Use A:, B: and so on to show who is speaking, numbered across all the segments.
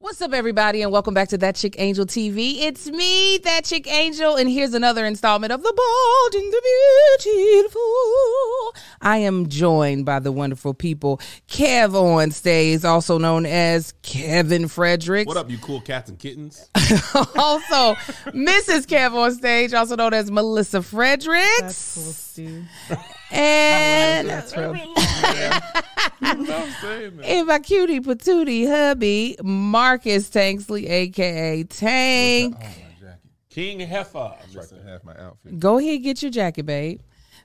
A: What's up, everybody, and welcome back to That Chick Angel TV. It's me, That Chick Angel, and here's another installment of The Bold and the Beautiful. I am joined by the wonderful people Kev on stage, also known as Kevin Fredericks.
B: What up, you cool cats and kittens?
A: also, Mrs. Kev on stage, also known as Melissa Fredericks.
C: That's cool, Steve.
A: And
B: Stop saying that.
A: And my cutie patootie hubby, Marcus Tanksley, aka Tank.
B: King Heffa. I'm just saying.
D: half my outfit.
A: Go ahead, get your jacket, babe.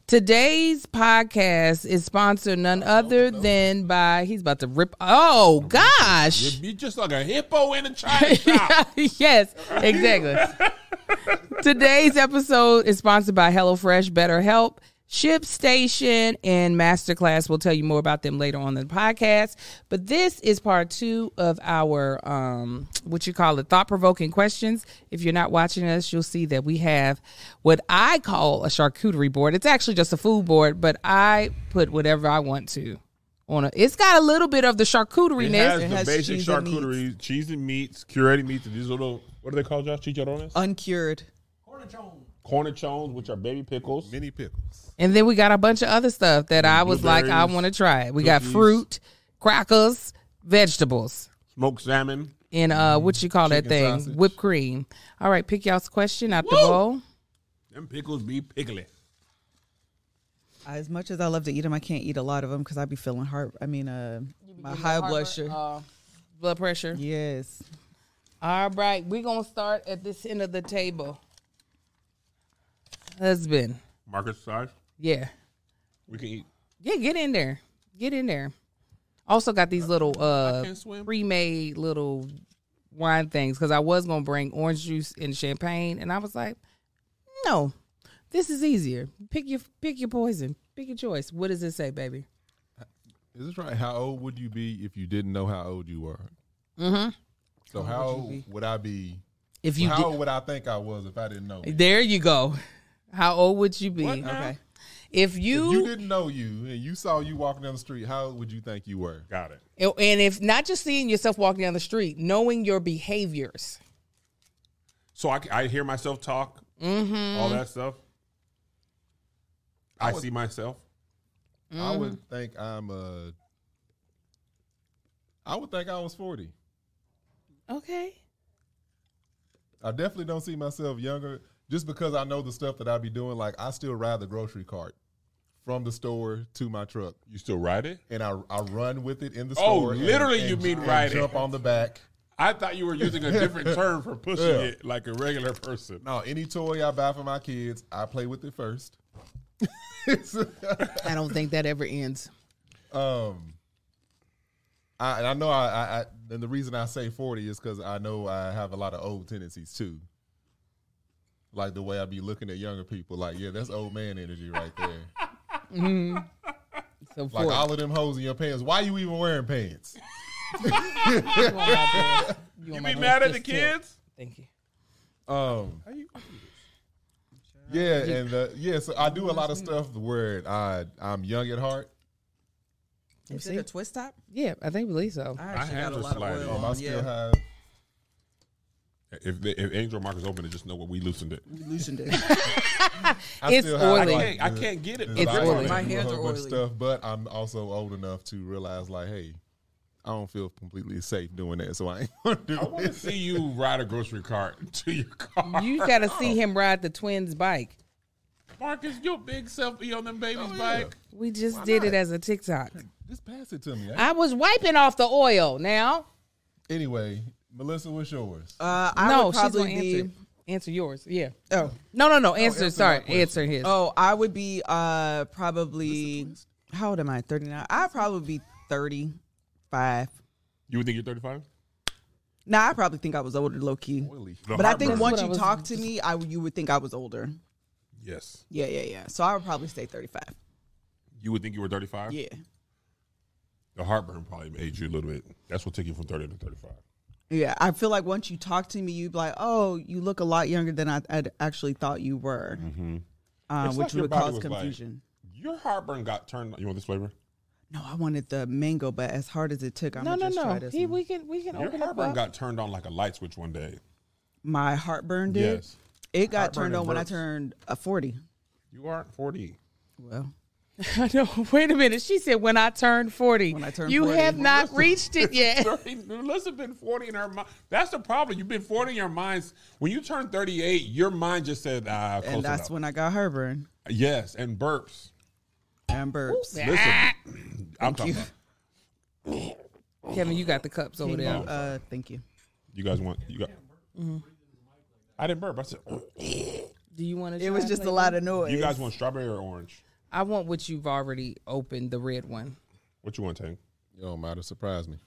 A: Today's podcast is sponsored
B: Oh,
A: none other than by he's about to rip. Oh gosh,
B: You just like a hippo in a China shop.
A: yes, exactly. Today's episode is sponsored by HelloFresh, BetterHelp, ShipStation, and Masterclass. We'll tell you more about them later on in the podcast. But this is part two of our um, what you call it, thought provoking questions. If you're not watching us, you'll see that we have what I call a charcuterie board. It's actually just a food board, but I put whatever I want to on it. It's got a little bit of the charcuterie
B: It
A: ness.
B: has
C: It
B: the
C: has
B: basic
C: cheese and meats.
B: charcuterie, cheese and meats, curated meats, and these little, what are they called, Josh? Chicharrones?
D: Uh,
C: Uncured.
B: Cornichons, which are baby pickles.
D: Mini pickles.
A: And then we got a bunch of other stuff that I was like, I
B: Blueberries,
A: want to try it. We got
B: cookies.
A: fruit, crackers, vegetables,
B: Smoked salmon.
A: and uh, what you call that
D: Chicken
A: thing?
D: sausage.
A: Whipped cream. All right, pick y'all's question out the bowl.
B: Them pickles be pickly.
C: As much as I love to eat them, I can't eat a lot of them because I be feeling heart. I mean, uh, my high blood sugar.
A: uh, blood pressure.
C: yes.
A: All right, we're gonna start at this end of the table. Husband,
B: Marcus size.
A: yeah,
B: We can eat.
A: yeah, get in there, get in there. Also got these little uh
B: can't swim.
A: pre-made little wine things because I was gonna bring orange juice and champagne, and I was like, no, this is easier. Pick your pick your poison, pick your choice. What does it say, baby?
D: Is this right? How old would you be if you didn't know how old you were? Mm-hmm. So how old would I be?
A: If you
D: how
A: did-
D: old would I think I was if I didn't know? me?
A: there, you go. How old would you be
C: Okay.
A: if
D: If
A: you,
D: you didn't know you and you saw you walking down the street, how old would you think you were?
B: Got it.
A: and if not just seeing yourself walking down the street, knowing your behaviors?
B: So I, I hear myself talk, all that stuff. I see myself.
D: I would think I'm a. I would think I was forty.
A: Okay.
D: I definitely don't see myself younger just because I know the stuff that I be doing. Like I still ride the grocery cart from the store to my truck.
B: You still ride it?
D: and I, I run with it in the
B: Oh,
D: store. and-
B: literally
D: and-
B: you mean
D: and
B: ride it.
D: Jump on the back.
B: I thought you were using a different term for pushing
D: Yeah.
B: it like a regular person.
D: No, any toy I buy for my kids, I play with it first.
A: I don't think that ever ends.
D: Um, I, and I know I, I, I and the reason I say forty is because I know I have a lot of old tendencies too. Like the way I be looking at younger people, like yeah, that's old man energy right there.
A: So
D: Like
A: forth.
D: all of them hoes in your pants. Why you even wearing pants?
A: You want my dress? You,
B: You
A: want my
B: be mad
A: dress
B: at the
A: just till-
B: kids?
A: Thank you.
D: Um, yeah, and uh, yeah, so I do a lot of stuff where I I'm young at heart.
C: Is it a twist top?
A: Yeah, I think believe so.
C: I
B: actually have got a a lot of slide Oh, oil in.
D: Um, I still have
B: If, the, if Angel Mark is open, to just know what we loosened it.
C: Loosened it.
D: I
A: It's
D: still have,
A: oily.
B: I
A: I
B: can't, I can't get it.
D: the-
A: It's
D: the
A: oily.
D: vitamins
C: My
D: and
C: hands
D: a
C: are
D: whole bunch of
C: oily.
D: Stuff, but I'm also old enough to realize, like, hey, I don't feel completely safe doing that, so I ain't gonna do
B: I want to
D: it.
B: see you ride a grocery cart to your car.
A: You got to see him ride the twins bike.
B: Marcus, your big self be on them babies'
D: yeah.
B: bike.
A: We just did it
D: not?
A: as a TikTok.
D: Just pass it to me.
A: I was wiping off the oil. Now,
D: Anyway, Melissa, what's yours?
C: Uh, I
A: no,
C: would
A: she's gonna
C: probably
A: answer.
C: be.
A: Answer yours. Yeah.
C: Oh,
A: No, no, no. Answer.
D: answer
A: sorry,
D: my question.
A: answer his.
C: oh, I would be uh, probably. How old am I? Thirty nine. I'd probably be thirty five.
B: You would think you're 35?
C: Nah, I probably think I was older, low key.
D: Oily.
C: But I think
A: That's
C: once
A: what I
C: you
A: was-
C: talk to me, I you would think I was older.
B: Yes.
C: Yeah, yeah, yeah. So I would probably say thirty five.
B: You would think you were 35?
C: Yeah,
B: The heartburn probably aged you a little bit. That's what took you from 30 to 35.
C: yeah. I feel like once you talk to me, you'd be like, "Oh, you look a lot younger than I I'd actually thought you were," um,
B: Mm-hmm. It's
C: which
B: like your
C: would
B: body
C: cause
B: was like-
C: confusion.
B: Your heartburn got turned. You want this flavor?
C: No, I wanted the mango, but as hard as it took, I'm
A: No,
C: gonna
A: no,
C: just try
A: no.
C: this.
A: He,
C: one.
A: we can we can
B: Your
A: open it
B: heartburn
A: up.
B: got turned on like a light switch one day.
C: My heartburn did.
B: Yes.
C: It got
B: Heartburn
C: turned on when I
B: burps.
C: turned a forty.
B: You aren't 40.
C: Well,
A: I know. Wait a minute. She said when I turned forty.
C: When I turned
A: you
C: 40.
A: have not reached it yet.
B: 30, Melissa's been 40 in her mind. That's the problem. You've been 40 in your minds. When you turn 38, your mind just said, ah, close
C: and that's
B: enough.
C: when I got heartburn
B: Yes, and burps.
C: and burps.
B: Listen, I'm talking about.
A: Kevin, you got the cups over there.
C: Uh, thank you.
B: You guys want, you got.
C: Mm-hmm.
B: I didn't burp. I said, "Oh,
A: Do you want to?
C: It was just a lot of noise.
B: you guys want strawberry or orange?
A: I want what you've already opened, the red one.
B: What you want, Tang?
D: You don't matter. Surprise me.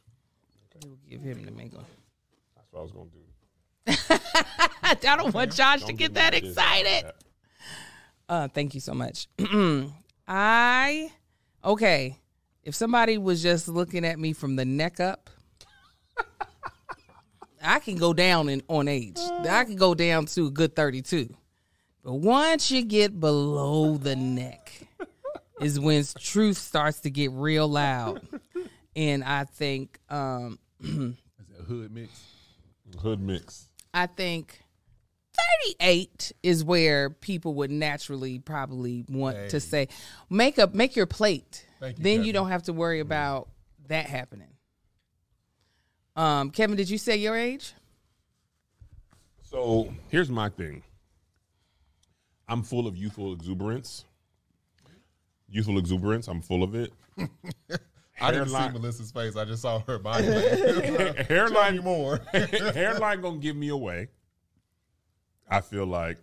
A: We'll give him the mango.
B: That's what I was going to do.
A: I don't want Josh to
B: Don't
A: get
B: me
A: that
B: ideas
A: excited.
B: like that.
A: Uh, thank you so much. I okay. If somebody was just looking at me from the neck up, I can go down in on age. I can go down to a good thirty-two. But once you get below the neck, is when truth starts to get real loud. And I think um,
D: Is that hood mix?
B: Hood mix.
A: I think 38 is where people would naturally probably want to say make up make your plate.
D: Thank you,
A: then you
D: Kevin. Mm-hmm.
A: don't have to worry about that happening. Um Kevin, did you say your age?
B: So here's my thing. I'm full of youthful exuberance. Youthful exuberance. I'm full of it.
D: I didn't see
B: Hairline.
D: Melissa's face. I just saw her body. language. Tell me
B: hairline,
D: more.
B: hairline gonna give me away. I feel like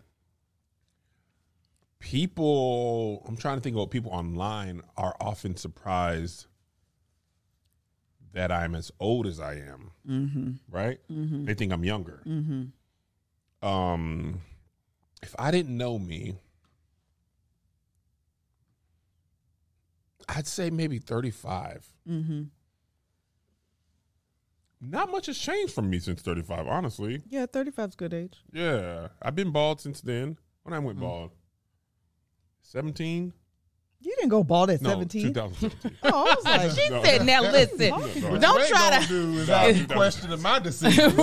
B: people. I'm trying to think of what people online are often surprised that I'm as old as I am. Right? They think I'm younger. Um, if I didn't know me, I'd say maybe 35. Not much has changed from me since 35, honestly.
C: Yeah, 35's good age.
B: Yeah. I've been bald since then. When I went bald? 17?
C: You didn't go bald at
B: No,
C: 17.
B: 2017.
C: Oh, I was like,
A: She
B: No.
A: said, now listen,
B: No, no.
A: don't
D: What they
A: try
D: gonna do is ask
B: No,
D: the
B: no.
D: question of my decision.
A: to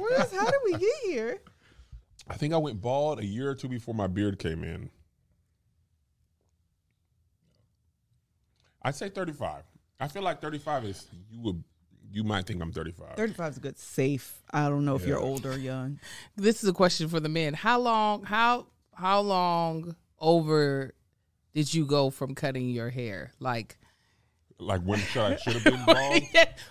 C: Where's, how did we get here?
B: I think I went bald a year or two before my beard came in. I'd say 35. I feel like 35 is you would you might think I'm 35.
C: 35's good, safe. I don't know if you're
B: Yeah.
C: old or young.
A: this is a question for the men. How long how how long over did you go from cutting your hair? Like
B: Like when should I should have been bald?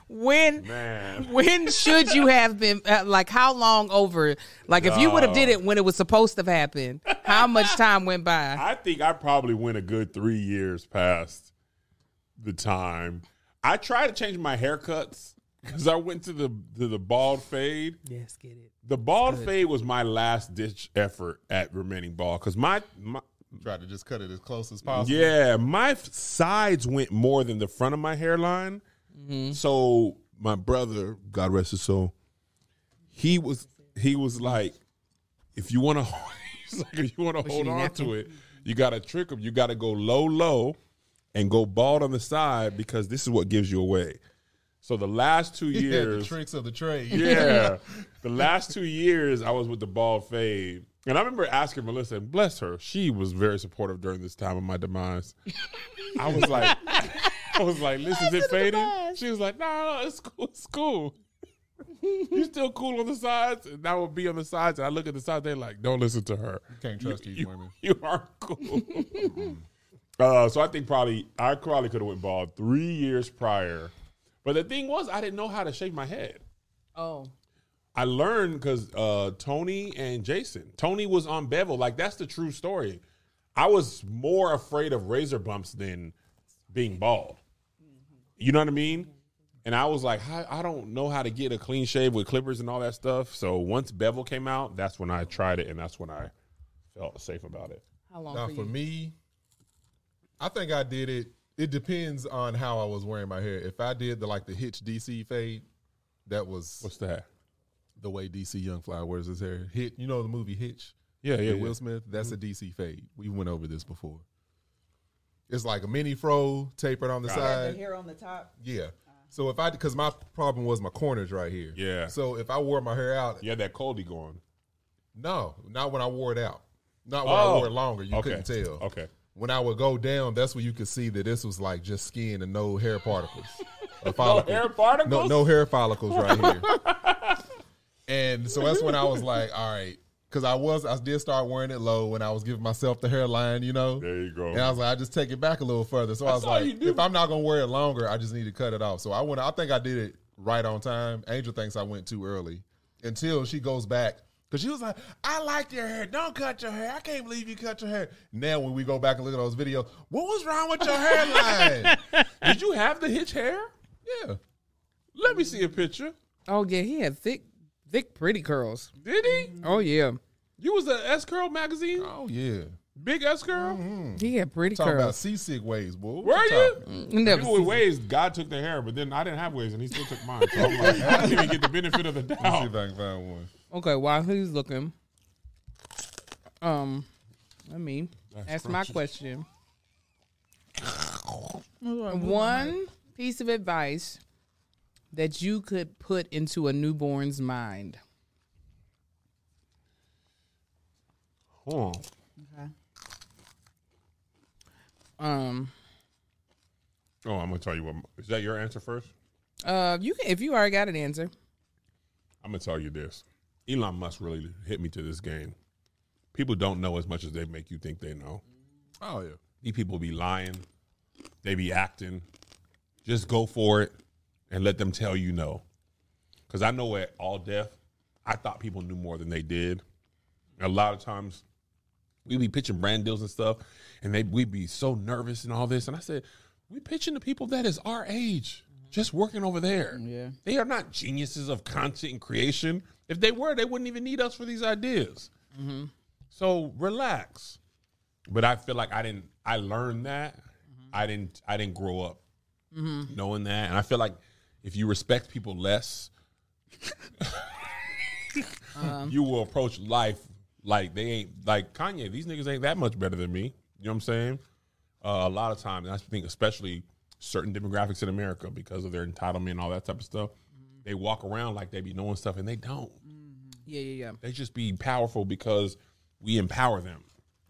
A: when
B: Man.
A: when should you have been uh, like how long over like if you would have did it when it was supposed to have happened how much time went by
B: I think I probably went a good three years past the time. I tried to change my haircuts because I went to the to the bald fade.
A: yes get it
B: The bald fade was my last ditch effort at remaining bald because my, my
D: Try to just cut it as close as possible.
B: yeah my f- sides went more than the front of my hairline. So my brother, God rest his soul, he was he was like, if you want to, he's like, if you want to hold
A: your
B: on
A: napkin.
B: to it, you got to trick him. You got to go low, low, and go bald on the side because this is what gives you away. So the last two
D: Yeah, the
B: years,
D: tricks of the trade.
B: yeah. The last two years, I was with the bald fade. And I remember asking Melissa, and bless her, she was very supportive during this time of my demise. I was like, I was like, listen, is it fading? She was like, no, no, it's cool, it's cool. You still cool on the sides, and I would be on the sides. And I look at the sides, they're like, don't listen to her.
D: Can't trust these
B: You,
D: women.
B: you are cool. uh, so I think probably I probably could have went bald three years prior, but the thing was I didn't know how to shave my head.
A: oh
B: I learned because uh, Tony and Jason. Tony was on Bevel. Like that's the true story. I was more afraid of razor bumps than being bald. You know what I mean? And I was like, I, I don't know how to get a clean shave with clippers and all that stuff. So once Bevel came out, that's when I tried it, and that's when I felt safe about it.
A: how long
D: Now
A: for
D: for
A: you
D: me, I think I did it. It depends on how I was wearing my hair. If I did the like the Hitch DC fade, that was
B: What's that?
D: the way DC Young Fly wears his hair. Hit, you know the movie Hitch.
B: Yeah, yeah,
D: with
B: yeah.
D: Will Smith. That's a DC fade. We went over this before. It's like a mini fro tapered on the
C: The
D: side.
C: hair on the top.
D: Yeah. So if I, because my problem was my corners right here.
B: Yeah.
D: So if I wore my hair out,
B: You had that coldy going.
D: no, not when I wore it out. Not when
B: Oh.
D: I wore it longer. You
B: Okay.
D: couldn't tell.
B: Okay.
D: When I would go down, that's when you could see that this was like just skin and no hair particles. Or follicles.
B: hair particles?
D: No, no hair follicles right here. and so that's when I was like, all right. Cause I was, I did start wearing it low when I was giving myself the hairline, you know.
B: There you go.
D: And I was like, I just take it back a little further. So I was
B: all you
D: like,
B: do.
D: if I'm not gonna wear it longer, I just need to cut it off. So I went. I think I did it right on time. Angel thinks I went too early until she goes back because she was like, I like your hair. Don't cut your hair. I can't believe you cut your hair. Now when we go back and look at those videos, what was wrong with your hairline?
B: Did you have the hitch hair?
D: yeah.
B: Let me see a picture.
A: Oh yeah, he had thick, thick, pretty curls.
B: Did he?
A: Oh yeah,
B: You was the S Curl magazine?
D: Oh yeah.
B: Big S Curl?
A: he had pretty
D: Talking about
A: curls.
D: seasick ways, boy. What
B: Were you?
D: talking-
A: You never
B: People with
A: see-
B: waves, God took their hair, but then I didn't have waves, and he still took mine. So I'm like, I didn't even get the benefit of the
D: Let's see
B: doubt.
D: if I can find one.
B: Oh.
A: Okay, while he's looking, um, let me ask my question. One piece of advice that you could put into a newborn's mind.
B: Hold on.
C: Okay.
A: Um,
B: Oh, I'm gonna tell you what. Is that your answer first?
A: uh, you can if you already got an answer.
B: I'm gonna tell you this. Elon Musk really hit me to this game. People don't know as much as they make you think they know.
D: Oh yeah.
B: These people be lying. They be acting. Just go for it and let them tell you no. Cause I know at all death, I thought people knew more than they did. A lot of times we be pitching brand deals and stuff, and they we be so nervous and all this. And I said, we pitching to people that is our age, just working over there.
A: Yeah.
B: They are not geniuses of content and creation. If they were, they wouldn't even need us for these ideas. So relax. But I feel like I didn't. I learned that. I didn't. I didn't grow up knowing that, and I feel like if you respect people less, you will approach life like they ain't like Kanye. These niggas ain't that much better than me. You know what I'm saying? Uh, a lot of times, and I think especially certain demographics in America because of their entitlement and all that type of stuff, they walk around like they be knowing stuff and they don't.
A: Yeah, yeah, yeah.
B: They just be powerful because we empower them.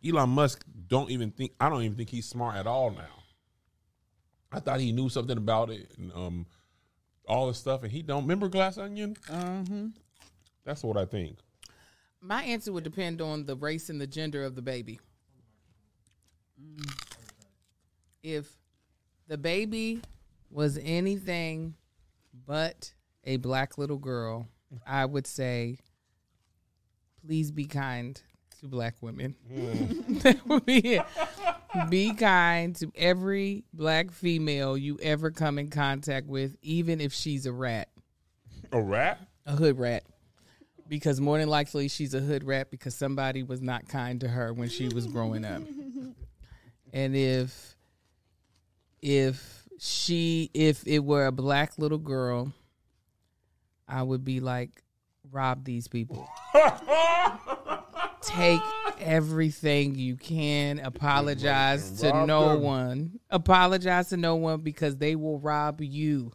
B: Elon Musk don't even think I don't even think he's smart at all now. I thought he knew something about it and um all this stuff and he don't remember glass onion?
C: Mm-hmm.
B: That's what I think.
A: My answer would depend on the race and the gender of the baby. If the baby was anything but a black little girl, I would say, please be kind to black women. that would be it. Be kind to every black female you ever come in contact with, even if she's a rat
B: A rat?
A: a hood rat because more than likely she's a hood rat because somebody was not kind to her when she was growing up. and if if she if it were a black little girl, I would be like rob these people. Take everything you can. Apologize to
B: Rob
A: no
B: them.
A: one. Apologize to no one because they will rob you.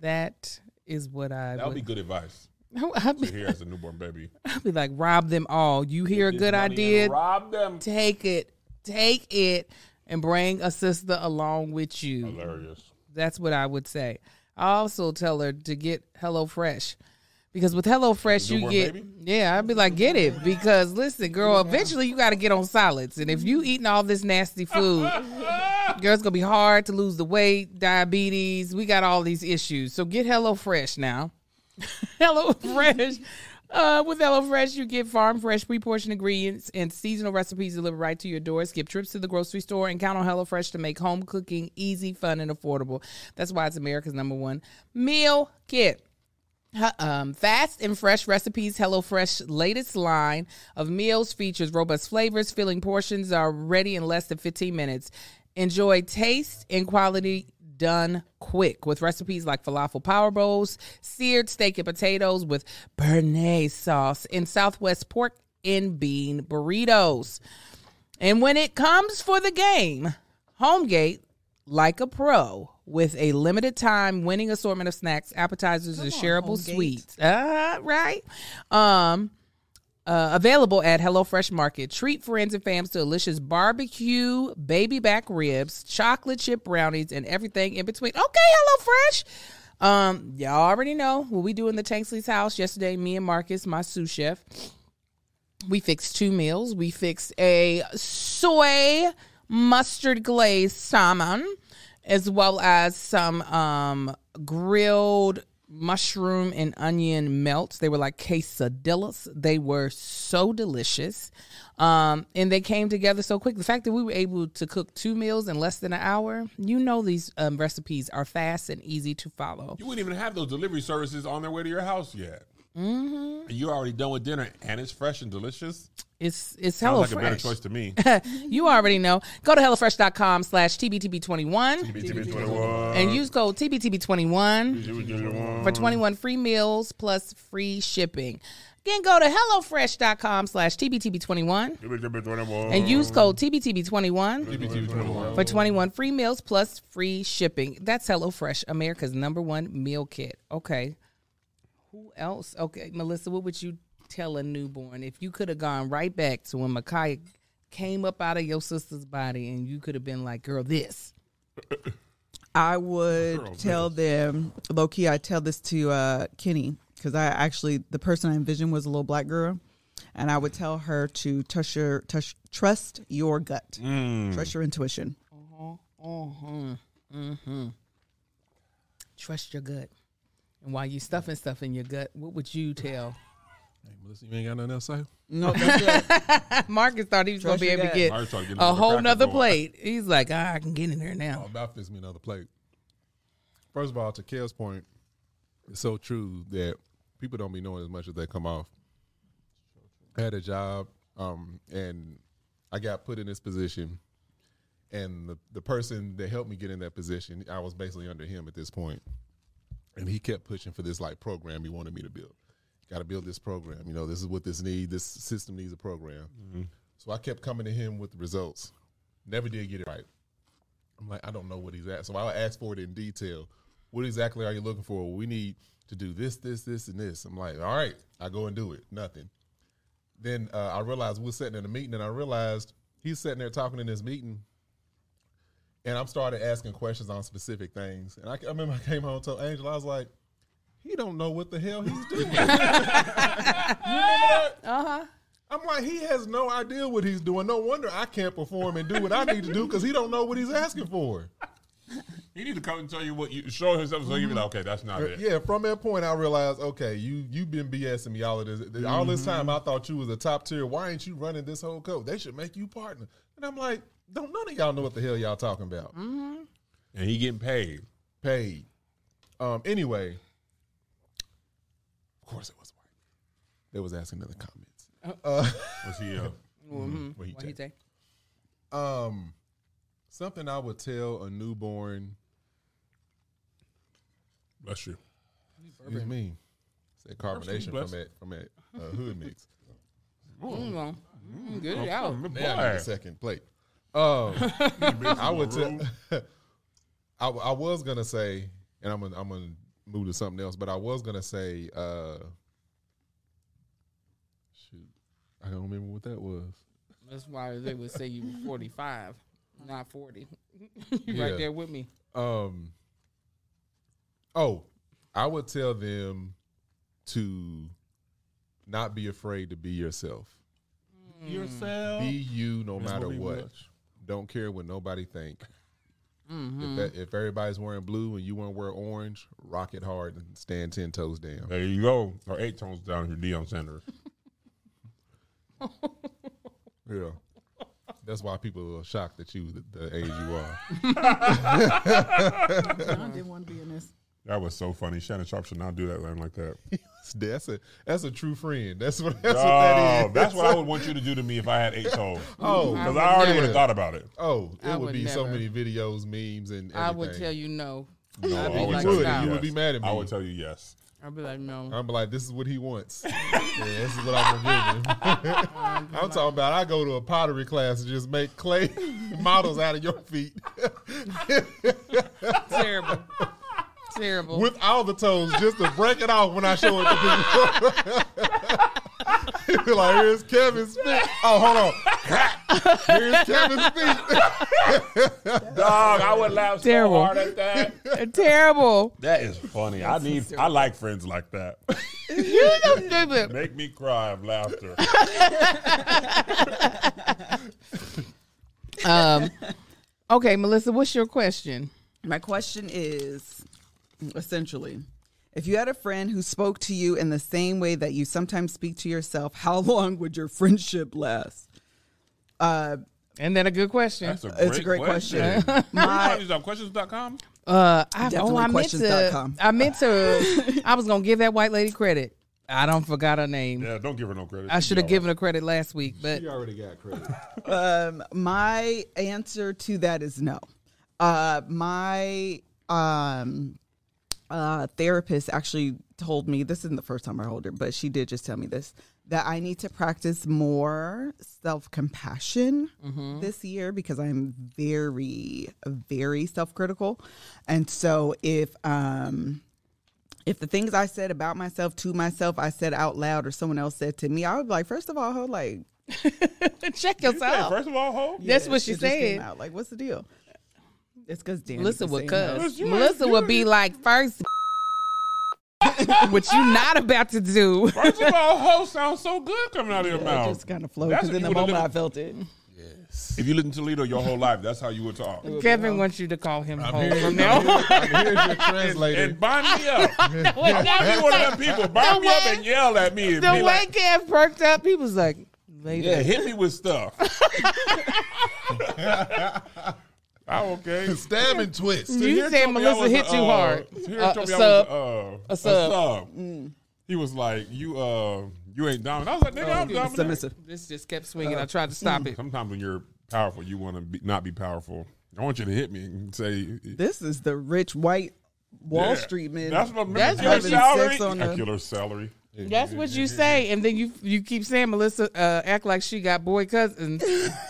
A: That is what I
B: That would
A: would
B: be good advice
A: I'd
B: to
A: be,
B: hear as a newborn baby.
A: I'd be like, rob them all. You hear a good idea,
B: Rob them.
A: take it, take it, and bring a sister along with you.
B: Hilarious.
A: That's what I would say. I also tell her to get HelloFresh because with HelloFresh you
B: Newborn
A: get,
B: baby?
A: yeah, I'd be like, get it because listen, girl, eventually you got to get on solids, and if you eating all this nasty food, girl, it's gonna be hard to lose the weight, diabetes. We got all these issues, so get HelloFresh now. Hello Fresh. Uh, with Hello Fresh, you get farm fresh, pre-portioned ingredients and seasonal recipes delivered right to your door. Skip trips to the grocery store and count on Hello Fresh to make home cooking easy, fun, and affordable. That's why it's America's number one meal kit. Huh, Um, fast and fresh recipes. HelloFresh latest line of meals features robust flavors. Filling portions are ready in less than 15 minutes. Enjoy taste and quality done quick with recipes like falafel power bowls, seared steak and potatoes with béarnaise sauce, and Southwest pork and bean burritos. And when it comes for the game, Homegate, like a pro, with a limited time winning assortment of snacks, appetizers, and
C: on,
A: shareable
C: Homegate.
A: sweets. Uh, right. Um, uh, available at HelloFresh Market. Treat friends and fams to delicious barbecue, baby back ribs, chocolate chip brownies, and everything in between. Okay, HelloFresh. Um, y'all already know what we do in the Tanksley's house yesterday. Me and Marcus, my sous chef, we fixed two meals. We fixed a soy mustard glazed salmon, as well as some um, grilled mushroom and onion melts. They were like quesadillas. They were so delicious. Um, and they came together so quick. The fact that we were able to cook two meals in less than an hour, you know, these um, recipes are fast and easy to follow.
B: You wouldn't even have those delivery services on their way to your house yet. Mm-hmm. You're already done with dinner, and it's fresh and delicious.
A: It's it's
B: Sounds
D: Oh,
A: hello
B: like a better choice to me.
A: You already know. Go to HelloFresh.com slash TBTB21 and use code TBTB21 for 21 free meals plus free shipping. Again, go to HelloFresh.com slash TBTB21 and use code TBTB21 for 21 free meals plus free shipping. That's HelloFresh, America's number one meal kit. Okay. Who else? Okay, Melissa, what would you tell a newborn if you could have gone right back to when Micaiah came up out of your sister's body and you could have been like, girl, this?
C: I would tell them, low key, I tell this to uh, Kenny because I actually, the person I envisioned was a little black girl. And I would tell her to tush your, tush, trust your gut, trust your intuition.
A: Mm-hmm. Trust your gut. And while you stuffing stuff in your gut, what would you tell?
D: you ain't got nothing else to say?
C: No, that's it.
A: Marcus thought he was going to
C: Trust
A: be
C: your
A: able to
C: gut.
A: get
B: Marcus started getting
A: a
B: another
A: whole
B: cracker
A: nother
B: going.
A: plate. He's like, ah, I can get in there
D: Oh,
A: now.
D: about fix me another plate. First of all, to Kel's point, it's so true that people don't be knowing as much as they come off. I had a job, um, and I got put in this position, and the, the person that helped me get in that position, I was basically under him at this point, and he kept pushing for this like program he wanted me to build. Got to build this program. You know, this is what this need. This system needs a program. So I kept coming to him with the results. Never did get it right. I'm like, I don't know what he's at. So I'll ask for it in detail. What exactly are you looking for? we need to do this, this, this, and this. I'm like, all right, I go and do it. Nothing. Then uh, I realized we're sitting in a meeting, and I realized he's sitting there talking in this meeting, and I'm started asking questions on specific things. And I, I remember I came home and told Angela, I was like, he don't know what the hell he's doing.
A: Uh huh.
D: I'm like, he has no idea what he's doing. No wonder I can't perform and do what I need to do because he don't know what he's asking for.
B: He need to come and tell you what you show himself so you be like, okay, that's not it.
D: Uh, Yeah, from that point, I realized, okay, you you've been BSing me all of this all this time. I thought you was a top tier. Why ain't you running this whole code? They should make you partner. And I'm like, don't none of y'all know what the hell y'all talking about?
B: And he getting paid.
D: Paid. Um. Anyway, of course it was white. They was asking in the comments.
B: Was he? Uh,
D: What he
A: What you
D: take?
A: say?
D: Um, something I would tell a newborn.
B: bless you.
D: Excuse me. Say carbonation
B: bless.
D: from that from that uh, hood mix.
A: Mm, well, mm, Get it
B: Oh,
A: out.
D: Yeah, I need a second plate. Um, I would tell. I, w- I was gonna say, and I'm gonna, I'm gonna move to something else, but I was gonna say, uh, shoot, I don't remember what that was.
A: That's why they would say you were 45, not 40. you
D: Yeah.
A: right there with me.
D: Um. Oh, I would tell them to not be afraid to be yourself.
B: Yourself.
D: Be you, no
B: Miss
D: matter
B: Marie
D: what.
B: Welch.
D: Don't care what nobody think.
A: Mm-hmm.
D: If, that, if everybody's wearing blue and you want to wear orange, rock it hard and stand ten toes down.
B: There you go. Or eight tones down here, Deion Sanders.
D: Yeah. That's why people are shocked that you the, the age you are.
C: Oh, I didn't want to be in this.
B: That was so funny. Shannon Sharp should not do that line like that.
D: that's a that's a true friend. That's what that's what that
B: oh,
D: is.
B: that's what I would want you to do to me if I had eight toes.
D: Oh.
B: because I already
D: Yeah.
B: would have thought about it.
D: Oh, it
A: I
D: would
A: would
D: be so
A: never.
D: many videos, memes, and everything.
A: I would tell you no.
B: No,
A: I'd be
B: I would
A: like,
B: tell
A: nah.
D: You would be mad at me.
B: I would tell you yes.
A: I'll be like, no.
D: I'm like, this is what he wants. yeah, this is what I'm gonna give him.
A: Oh,
D: I'm talking about I go to a pottery class and just make clay models out of your feet
A: Terrible. Terrible.
D: with all the toes just to break it off when I show it to people. You're like, here's Kevin's feet. Oh, hold on. here's Kevin's feet.
B: Dog, I would laugh so
A: Terrible.
B: hard at that.
A: Terrible.
B: That is funny. I need. I like friends like that.
A: You're so stupid.
B: Make me cry of laughter.
A: Um, okay, Melissa, what's your question?
C: My question is essentially if you had a friend who spoke to you in the same way that you sometimes speak to yourself, how long would your friendship last? Uh,
A: And then a good question.
B: That's a great
C: it's a great question. My,
B: My, questions.com?
A: Uh, I, oh, I meant to.
C: DefinitelyQuestions.com.
A: I meant to. I was gonna give that white lady credit. I don't forgot her name.
B: Yeah, don't give her no credit.
A: I
B: She
A: should have
B: be
A: given her credit last week, but
D: He already got credit.
C: um, my answer to that is no. Uh, my um, uh, therapist actually told me this isn't the first time I told her, but she did just tell me this that I need to practice more self compassion this year because I'm very, very self critical. And so if, um, if the things I said about myself to myself, I said out loud or someone else said to me, I would be like, first of all, like,
A: check
B: all right. Hey,
A: yourself.
B: first of all, ho.
A: That's what
C: it
A: she
C: just came
A: said.
C: out. Like, what's the deal? It's because Dan.
A: Melissa would
B: Yes,
A: cuss.
B: you
A: Melissa would be like, first, what you not about to do.
B: First of all, ho sounds so good coming out of your
C: It
B: mouth.
C: just kind of flowed
B: Oh. That's
C: because
B: what
C: in
B: you
C: the
B: would've
C: moment I
B: lived-
C: felt it.
B: If you live in Toledo your whole life, that's how you would talk.
A: Kevin wants you to call him
D: I'm
A: home
D: here-
A: from now. on.
D: I'm here's your translator.
B: Oh, And bind me up. Every one of them people bind me up and yell at me. And
A: The
B: be
A: way
B: like,
A: Kev perked up, he was like, later.
B: yeah, hit me with stuff. I'm Ah, okay.
D: Stab and twist.
A: You
B: Here
A: said
B: told me I
A: Melissa
B: was a,
A: hit you
B: uh,
A: hard.
B: here
A: Uh,
B: told
A: a
B: me I
A: sub.
B: was a, uh,
A: A sub. Mm.
B: sub. He was like, "You, uh, you ain't dominant." I was like, "Nigga, I'm dominant."
C: Submissive.
A: This just kept swinging. I tried to stop it.
B: Oh, Sometimes when you're powerful, you want to be, not be powerful. I want you to hit me and say,
C: This is the rich white Wall
B: Yeah.
C: Street man.
B: That's what
A: That's
B: that's killer
A: having
B: salary.
C: sex on the-
B: killer salary.
A: That's what you say, and then you you keep saying Melissa uh, act like she got boy cousins,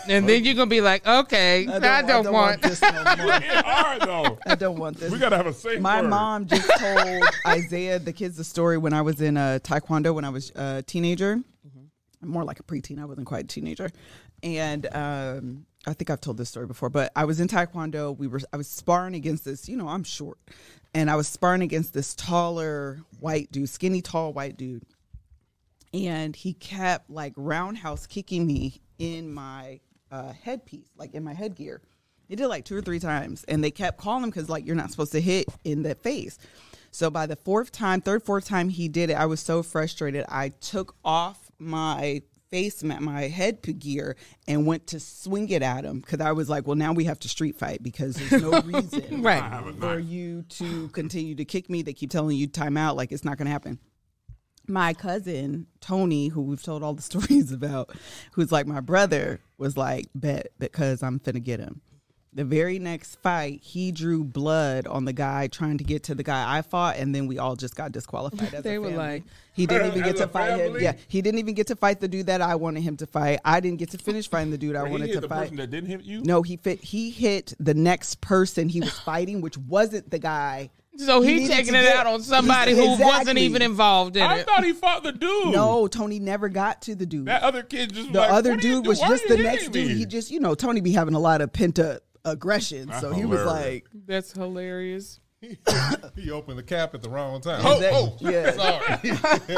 A: and then you're gonna be like, okay, I don't, want.
C: this. No more.
B: It hard though.
C: I don't want this.
B: We gotta have a safe
C: My
B: word.
C: mom just told Isaiah the kids the story when I was in uh, Taekwondo when I was a teenager, more like a preteen. I wasn't quite a teenager, and um, I think I've told this story before. But I was in Taekwondo. We were I was sparring against this. You know, I'm short, and I was sparring against this taller white dude, skinny tall white dude, and he kept like roundhouse kicking me in my uh, headpiece, like in my headgear. He did like two or three times, and they kept calling him because like you're not supposed to hit in the face. So by the fourth time, third, fourth time he did it, I was so frustrated. I took off my face mat, my headgear, and went to swing it at him because I was like, well, now we have to street fight because there's no reason
A: Right.
C: for you to continue to kick me. They keep telling you time out, like it's not going to happen my cousin Tony, who we've told all the stories about, who's like my brother, was like, bet because I'm finna get him. The very next fight, he drew blood on the guy trying to get to the guy I fought, and then we all just got disqualified. As
A: They
C: a
A: were
C: family.
A: like-
C: he didn't even get
B: As
C: to
B: a
C: fight him.
B: family?
C: Yeah, he didn't even get to fight the dude that I wanted him to fight. I didn't get to finish fighting the dude I
B: He
C: wanted
B: hit
C: to
B: the
C: fight.
B: person that didn't hit you.
C: No, he fit. He hit the next person he was fighting, which wasn't the guy.
A: So he,
C: needed
A: taking
C: to
A: it
C: get-
A: out on somebody who wasn't
C: Exactly.
A: even involved in
B: I
A: it.
B: thought he fought the dude.
C: No, Tony never got to the dude.
B: that other kid just. was
C: the
B: like,
C: other
B: "What are you
C: dude
B: do-
C: was
B: why are
C: just
B: you
C: the next
B: hitting
C: dude.
B: me?"
C: He just, you know, Tony be having a lot of pent up aggression, so he was
B: hilarious.
C: like,
A: That's hilarious.
D: He opened the cap at the wrong time. Oh, oh,
C: Exactly. Yeah.
D: sorry.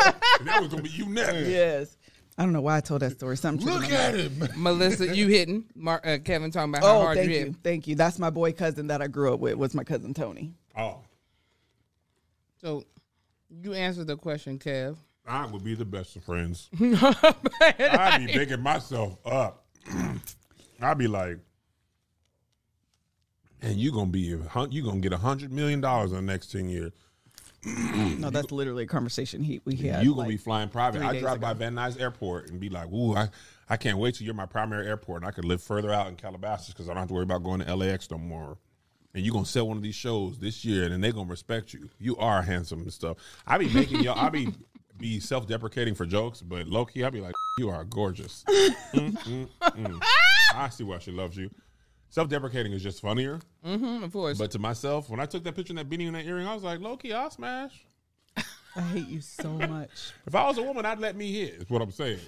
B: that was gonna be you next.
C: "Yes." I don't know why I told that story. Something.
D: Look
C: triggered my-
D: at him.
A: Melissa, you hitting Mar- uh, Kevin talking about how
C: Oh,
A: hard
C: thank
A: you
C: you,
A: hit.
C: thank you. That's my boy cousin that I grew up with. Was my cousin Tony.
B: Oh,
A: So you answered the question, Kev.
B: I would be the best of friends. I'd be picking myself up. I'd be like, and you gonna be a hun- you gonna get a hundred million dollars in the next ten years.
C: No, that's literally a conversation he we had.
B: you gonna be
C: like-
B: flying private. I
C: days
B: drive by
C: ago.
B: Van Nuys Airport and be like, ooh, I, I can't wait till you're my primary airport and I could live further out in Calabasas because I don't have to worry about going to LAX no more. and you're gonna sell one of these shows this year, and then they're gonna respect you. You are handsome and stuff. I be making y'all. I be be self deprecating for jokes, but low key, I be like, you are gorgeous. Mm, mm, mm. I see why she loves you. Self deprecating is just funnier.
A: Mm-hmm, of course.
B: But to myself, when I took that picture and that beanie and that earring, I was like, low key, I'll smash.
C: I hate you so much.
B: If I was a woman, I'd let me hit. Is what I'm saying.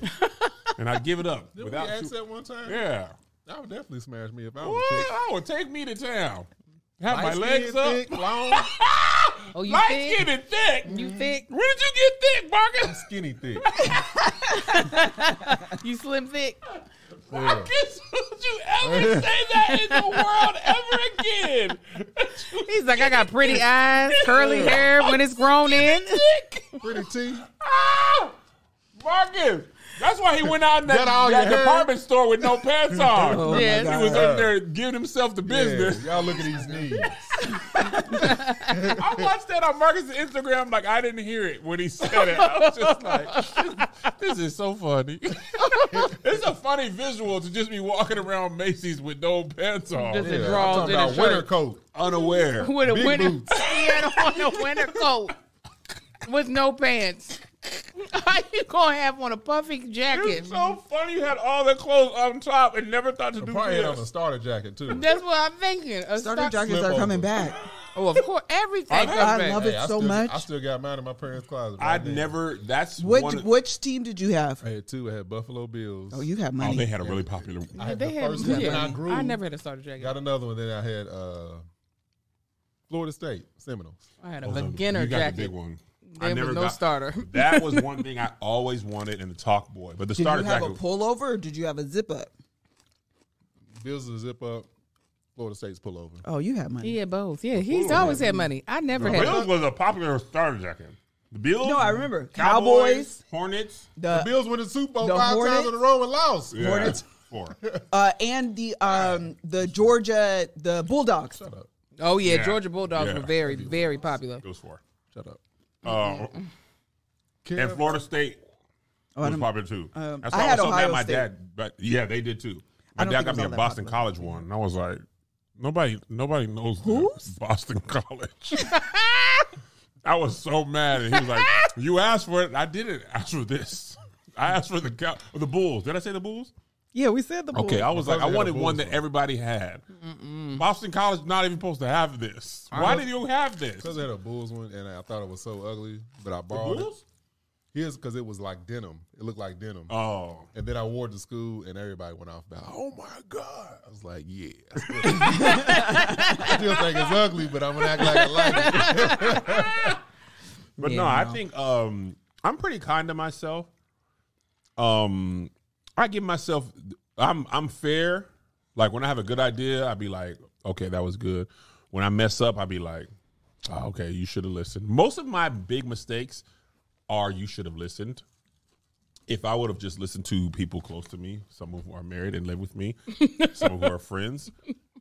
B: and I'd give it up
D: Did we
B: without.
D: ask
B: too-
D: that Oh, one time?
B: yeah.
D: I would definitely smash me if I
B: What?
D: was a chick.
B: I would take me to town. Have my legs
D: Light-skinned,
B: up.
D: thick, long,
A: Oh, you
B: Light
A: thick?
B: skin and thick.
A: You thick?
B: Where did you get thick, Marcus?
D: skinny, thick.
A: You slim thick?
D: Yeah.
B: Marcus, would you ever say that in the world ever again?
A: He's like, I got pretty eyes, curly hair when it's grown in.
B: thick.
D: Pretty teeth.
B: Ah! Marcus. That's why he went out in that,
D: That all you
B: that
D: heard?
B: department store with no pants on.
A: Oh my Yes.
B: He was
D: God.
B: in there giving himself the business.
D: Yeah, y'all look at these knees.
B: I watched that on Marcus' Instagram. Like I didn't hear it when he said it. I was just like, "This, this is so funny." it's a funny visual to just be walking around Macy's with no pants on,
A: Just a
D: Yeah,
A: draws
D: I'm talking
A: and a
D: about winter
A: shirt.
D: coat.
B: unaware.
A: With a
D: Big
A: winter,
D: boots.
A: he had on a winter coat with no pants. How you gonna have on a puffy jacket?
B: It's so funny. You had all the clothes on top and never thought to do
D: Probably had on a
B: this.
D: starter jacket too.
A: That's what I'm thinking. A
C: Starter
A: stock-
C: jackets
D: Slip
C: are coming
D: over.
C: back.
A: Oh, of course, everything.
B: I-
A: comes
B: I
A: back.
C: love it.
D: I
C: so
D: still,
C: much.
D: I still got mine in my parents' closet. right
B: I'd
D: now.
B: never. That's one.
C: Which
B: of-
C: which team did you have?
D: I had two. I had Buffalo Bills.
C: Oh, you have
B: oh,
C: money.
B: they had a really popular.
D: I had
A: They
D: the
A: had,
D: first one.
A: yeah.
D: Then I grew.
A: I never had a starter jacket.
D: got another one. Then I had uh, Florida State Seminoles.
A: I had a
B: Oh,
A: beginner
B: you got
A: jacket.
B: the big one.
A: There was no starter.
B: That was one thing I always wanted in the talk boy, but the
C: Did you
B: starter
C: have
B: jacket.
C: a pullover or did you have a zip up?
D: Bills is a zip up. Florida State's pullover.
C: Oh, you had money.
A: He had both. Yeah, he's always had money. I never had.
B: Bills was a popular starter jacket. The Bills.
C: No, I remember. Cowboys.
B: Hornets.
D: The
C: The
D: Bills win the Super Bowl
C: Uh, the
D: five times
C: Hornets?
D: in a row and lost.
B: Yeah,
D: Hornets.
B: Four.
C: uh, and the um the Georgia the Bulldogs.
D: Shut up.
A: Oh yeah,
B: Yeah.
A: Georgia Bulldogs
B: Yeah.
A: were very, very popular.
B: It was four.
D: Shut up.
B: Uh, and
D: Kev,
B: Florida State
C: Oh, I
B: was
C: don't-
B: popular too.
C: um,
B: That's
C: I
B: why I,
C: had
B: was so
C: Ohio
B: mad my
C: State.
B: dad. But yeah, they did too. My
C: I don't
B: dad
C: think
B: got
C: it
B: me a
C: was all that
B: Boston
C: popular.
B: College one, and I was like, nobody, nobody knows that Boston College. I was so mad, and he was like, "You asked for it. I didn't ask for this. I asked for the Cow- the Bulls. Did I say the Bulls?
C: Yeah, we said the Bulls.
B: Okay, I was like, I
D: Because they had a
B: wanted one
D: Bulls
B: that
D: one.
B: everybody had. Boston College not even supposed to have this. Why did you have this?
D: Because I had a Bulls one and I thought it was so ugly, but I borrowed it.
B: Bulls?
D: Here's because it was like denim. It looked like denim.
B: Oh,
D: and then I wore it to school and everybody went off about, it.
B: oh my God!
D: I was like, yeah. I still, I still think it's ugly, but I'm going to act like I like it.
B: But
A: Yeah,
B: no, I
A: no.
B: think um, I'm pretty kind to myself. Um, I give myself I'm I'm fair. Like when I have a good idea, I'd be like, okay, that was good. When I mess up, I'd be like, oh, okay, you should have listened. Most of my big mistakes are you should have listened. If I would have just listened to people close to me, some of who are married and live with me, some of who are friends,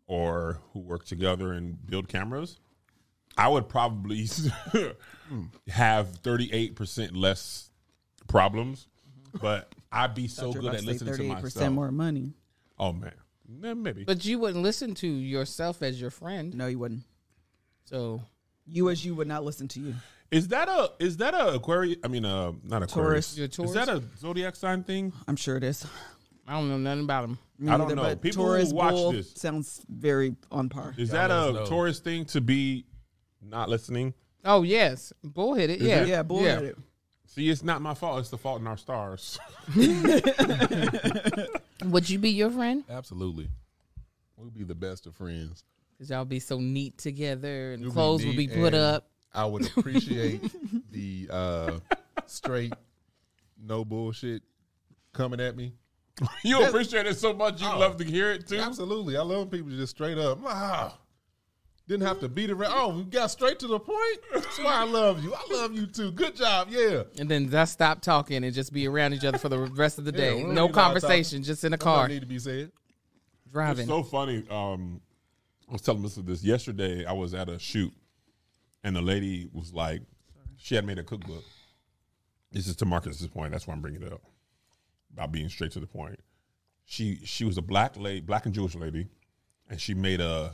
B: or who work together and build cameras, I would probably have 38% less problems. But I'd be so
C: You're
B: good
C: about
B: at
C: to say
B: listening to
C: 38%
B: myself.
C: more money.
B: Oh man, Eh, maybe.
A: But you wouldn't listen to yourself as your friend.
C: No, you wouldn't.
A: So
C: You as you would not listen to you.
B: is that a is that a Aquarius? I mean, uh, not Aquarius.
C: Taurus. Oh,
A: You're a
B: Is
A: Taurus?
B: that a zodiac sign thing?
C: I'm sure it is.
A: I don't know nothing about him.
C: Me
B: I don't
C: neither,
B: know.
C: but
B: People who
C: Taurus
B: watch
C: Bull
B: this-
C: sounds very on par.
B: Is that
D: let
B: a
D: us know.
B: Taurus thing to be not listening?
A: Oh yes, bullheaded. Yeah,
C: Yeah, bullheaded.
B: See, it's not my fault. It's the fault in our stars.
A: Would you be your friend?
D: Absolutely. We'll be the best of friends.
A: Cause y'all be so neat together, and
D: You'll be
A: clothes would be
D: neat
A: put
D: and
A: up.
D: I would appreciate the uh, straight, no bullshit coming at me.
B: you appreciate it so much. You love to hear it too.
D: Absolutely. I love people just straight up. Ah, didn't have to beat around. Oh, we got straight to the point. That's why I love you. I love you too. Good job. Yeah.
A: And then just stop talking and just be around each other for the rest of the day.
D: we
A: no
D: don't need a lot of
A: conversation, just in a
D: Don't
A: car
D: need to be said.
A: driving.
B: It's so funny. Um, I was telling Melissa this yesterday. I was at a shoot, and the lady was like, she had made a cookbook. This is to Marcus's point. That's why I'm bringing it up about being straight to the point. She she was a black lady, black and Jewish lady, and she made a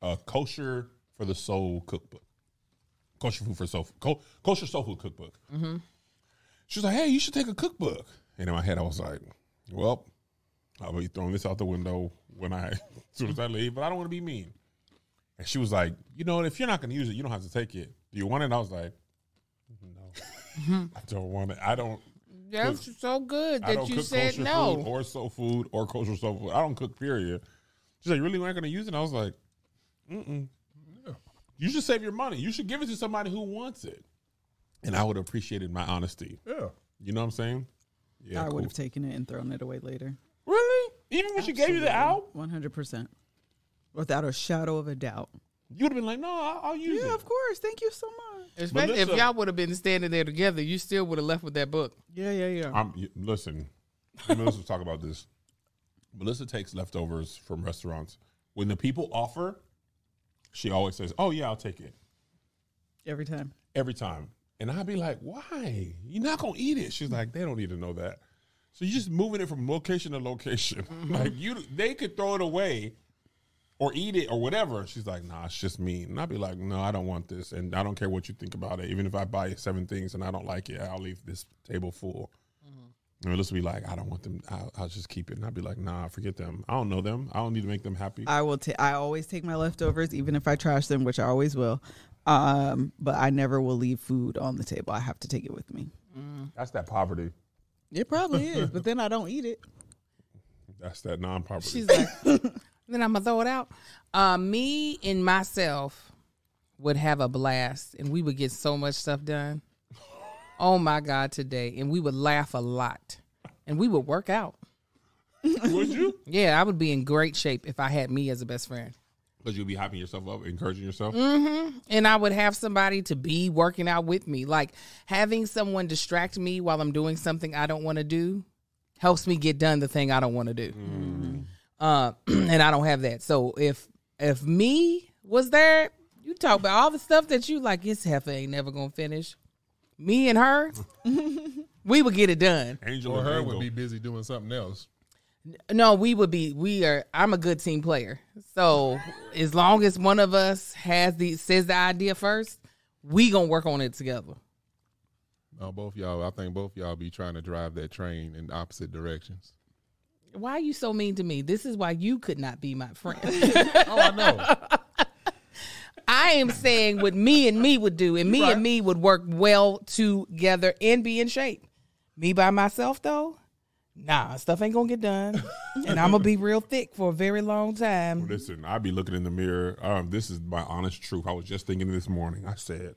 B: a kosher for the soul cookbook, kosher food for soul, co- kosher soul food cookbook. She was like, "Hey, you should take a cookbook." And in my head, I was like, "Well, I'll be throwing this out the window when I as soon as I leave." But I don't want to be mean. And she was like, "You know, if you're not going to use it, you don't have to take it. Do you want it?" And I was like, "No, I don't want it. I don't."
A: That's so good
B: I don't
A: that you
B: cook
A: said
B: kosher
A: no.
B: food or soul food or kosher soul food. I don't cook period. She's like, you really weren't going to use it? I was like, mm-mm. No. You should save your money. You should give it to somebody who wants it. And I would have appreciated my honesty.
D: Yeah.
B: You know what I'm saying? Yeah,
C: I
B: cool.
C: would have taken it and thrown it away later.
B: Really? Even when she gave you the album,
C: One hundred percent, without a shadow of a doubt.
B: you would have been like, no, I'll, I'll use
C: Yeah,
B: it.
C: of course. Thank you so much.
A: Especially if
B: Melissa-
A: y'all would have been standing there together, you still would have left with that book.
C: Yeah, yeah, yeah.
B: I'm, y- listen, me and Melissa was talking about this. Melissa takes leftovers from restaurants. When the people offer, she always says, oh, yeah, I'll take it.
C: Every time.
B: every time. And I'd be like, why? You're not gonna eat it. She's like, they don't need to know that. So you're just moving it from location to location. Like you they could throw it away or eat it or whatever. She's like, nah, it's just me. And I'd be like, no, I don't want this. And I don't care what you think about it. Even if I buy seven things and I don't like it, I'll leave this table full. And Melissa be like, I don't want them. I'll, I'll just keep it. And I'd be like, nah, forget them. I don't know them. I don't need to make them happy.
C: I will. Ta- I always take my leftovers, even if I trash them, which I always will. Um, but I never will leave food on the table. I have to take it with me.
B: That's that poverty.
C: It probably is, but then I don't eat it.
B: That's that non-poverty.
A: She's like, then I'm gonna throw it out. Uh, me and myself would have a blast, and we would get so much stuff done. Oh my god, today, and we would laugh a lot, and we would work out.
B: Would you?
A: Yeah, I would be in great shape if I had me as a best friend,
B: Because you'll be hyping yourself up, encouraging yourself.
A: and I would have somebody to be working out with me. Like having someone distract me while I'm doing something I don't want to do helps me get done the thing I don't want to do. uh, and I don't have that. So if if me was there, you talk about all the stuff that you like. This heifer ain't never gonna finish. Me and her, we would get it done.
B: Angel
D: Or
B: and
D: her
B: Angle.
D: would be busy doing something else.
A: No, we would be. We are. I'm a good team player. So as long as one of us has the says the idea first, we gonna work on it together.
D: No, Uh, both y'all. I think both y'all be trying to drive that train in opposite directions.
A: Why are you so mean to me? This is why you could not be my friend.
D: Oh, I know.
A: I am saying what me and me would do, and me and me would work well together and be in shape. Me by myself though, nah, stuff ain't gonna get done, and I'm gonna be real thick for a very long time.
B: Listen, I be looking in the mirror. Um, this is my honest truth. I was just thinking this morning. I said,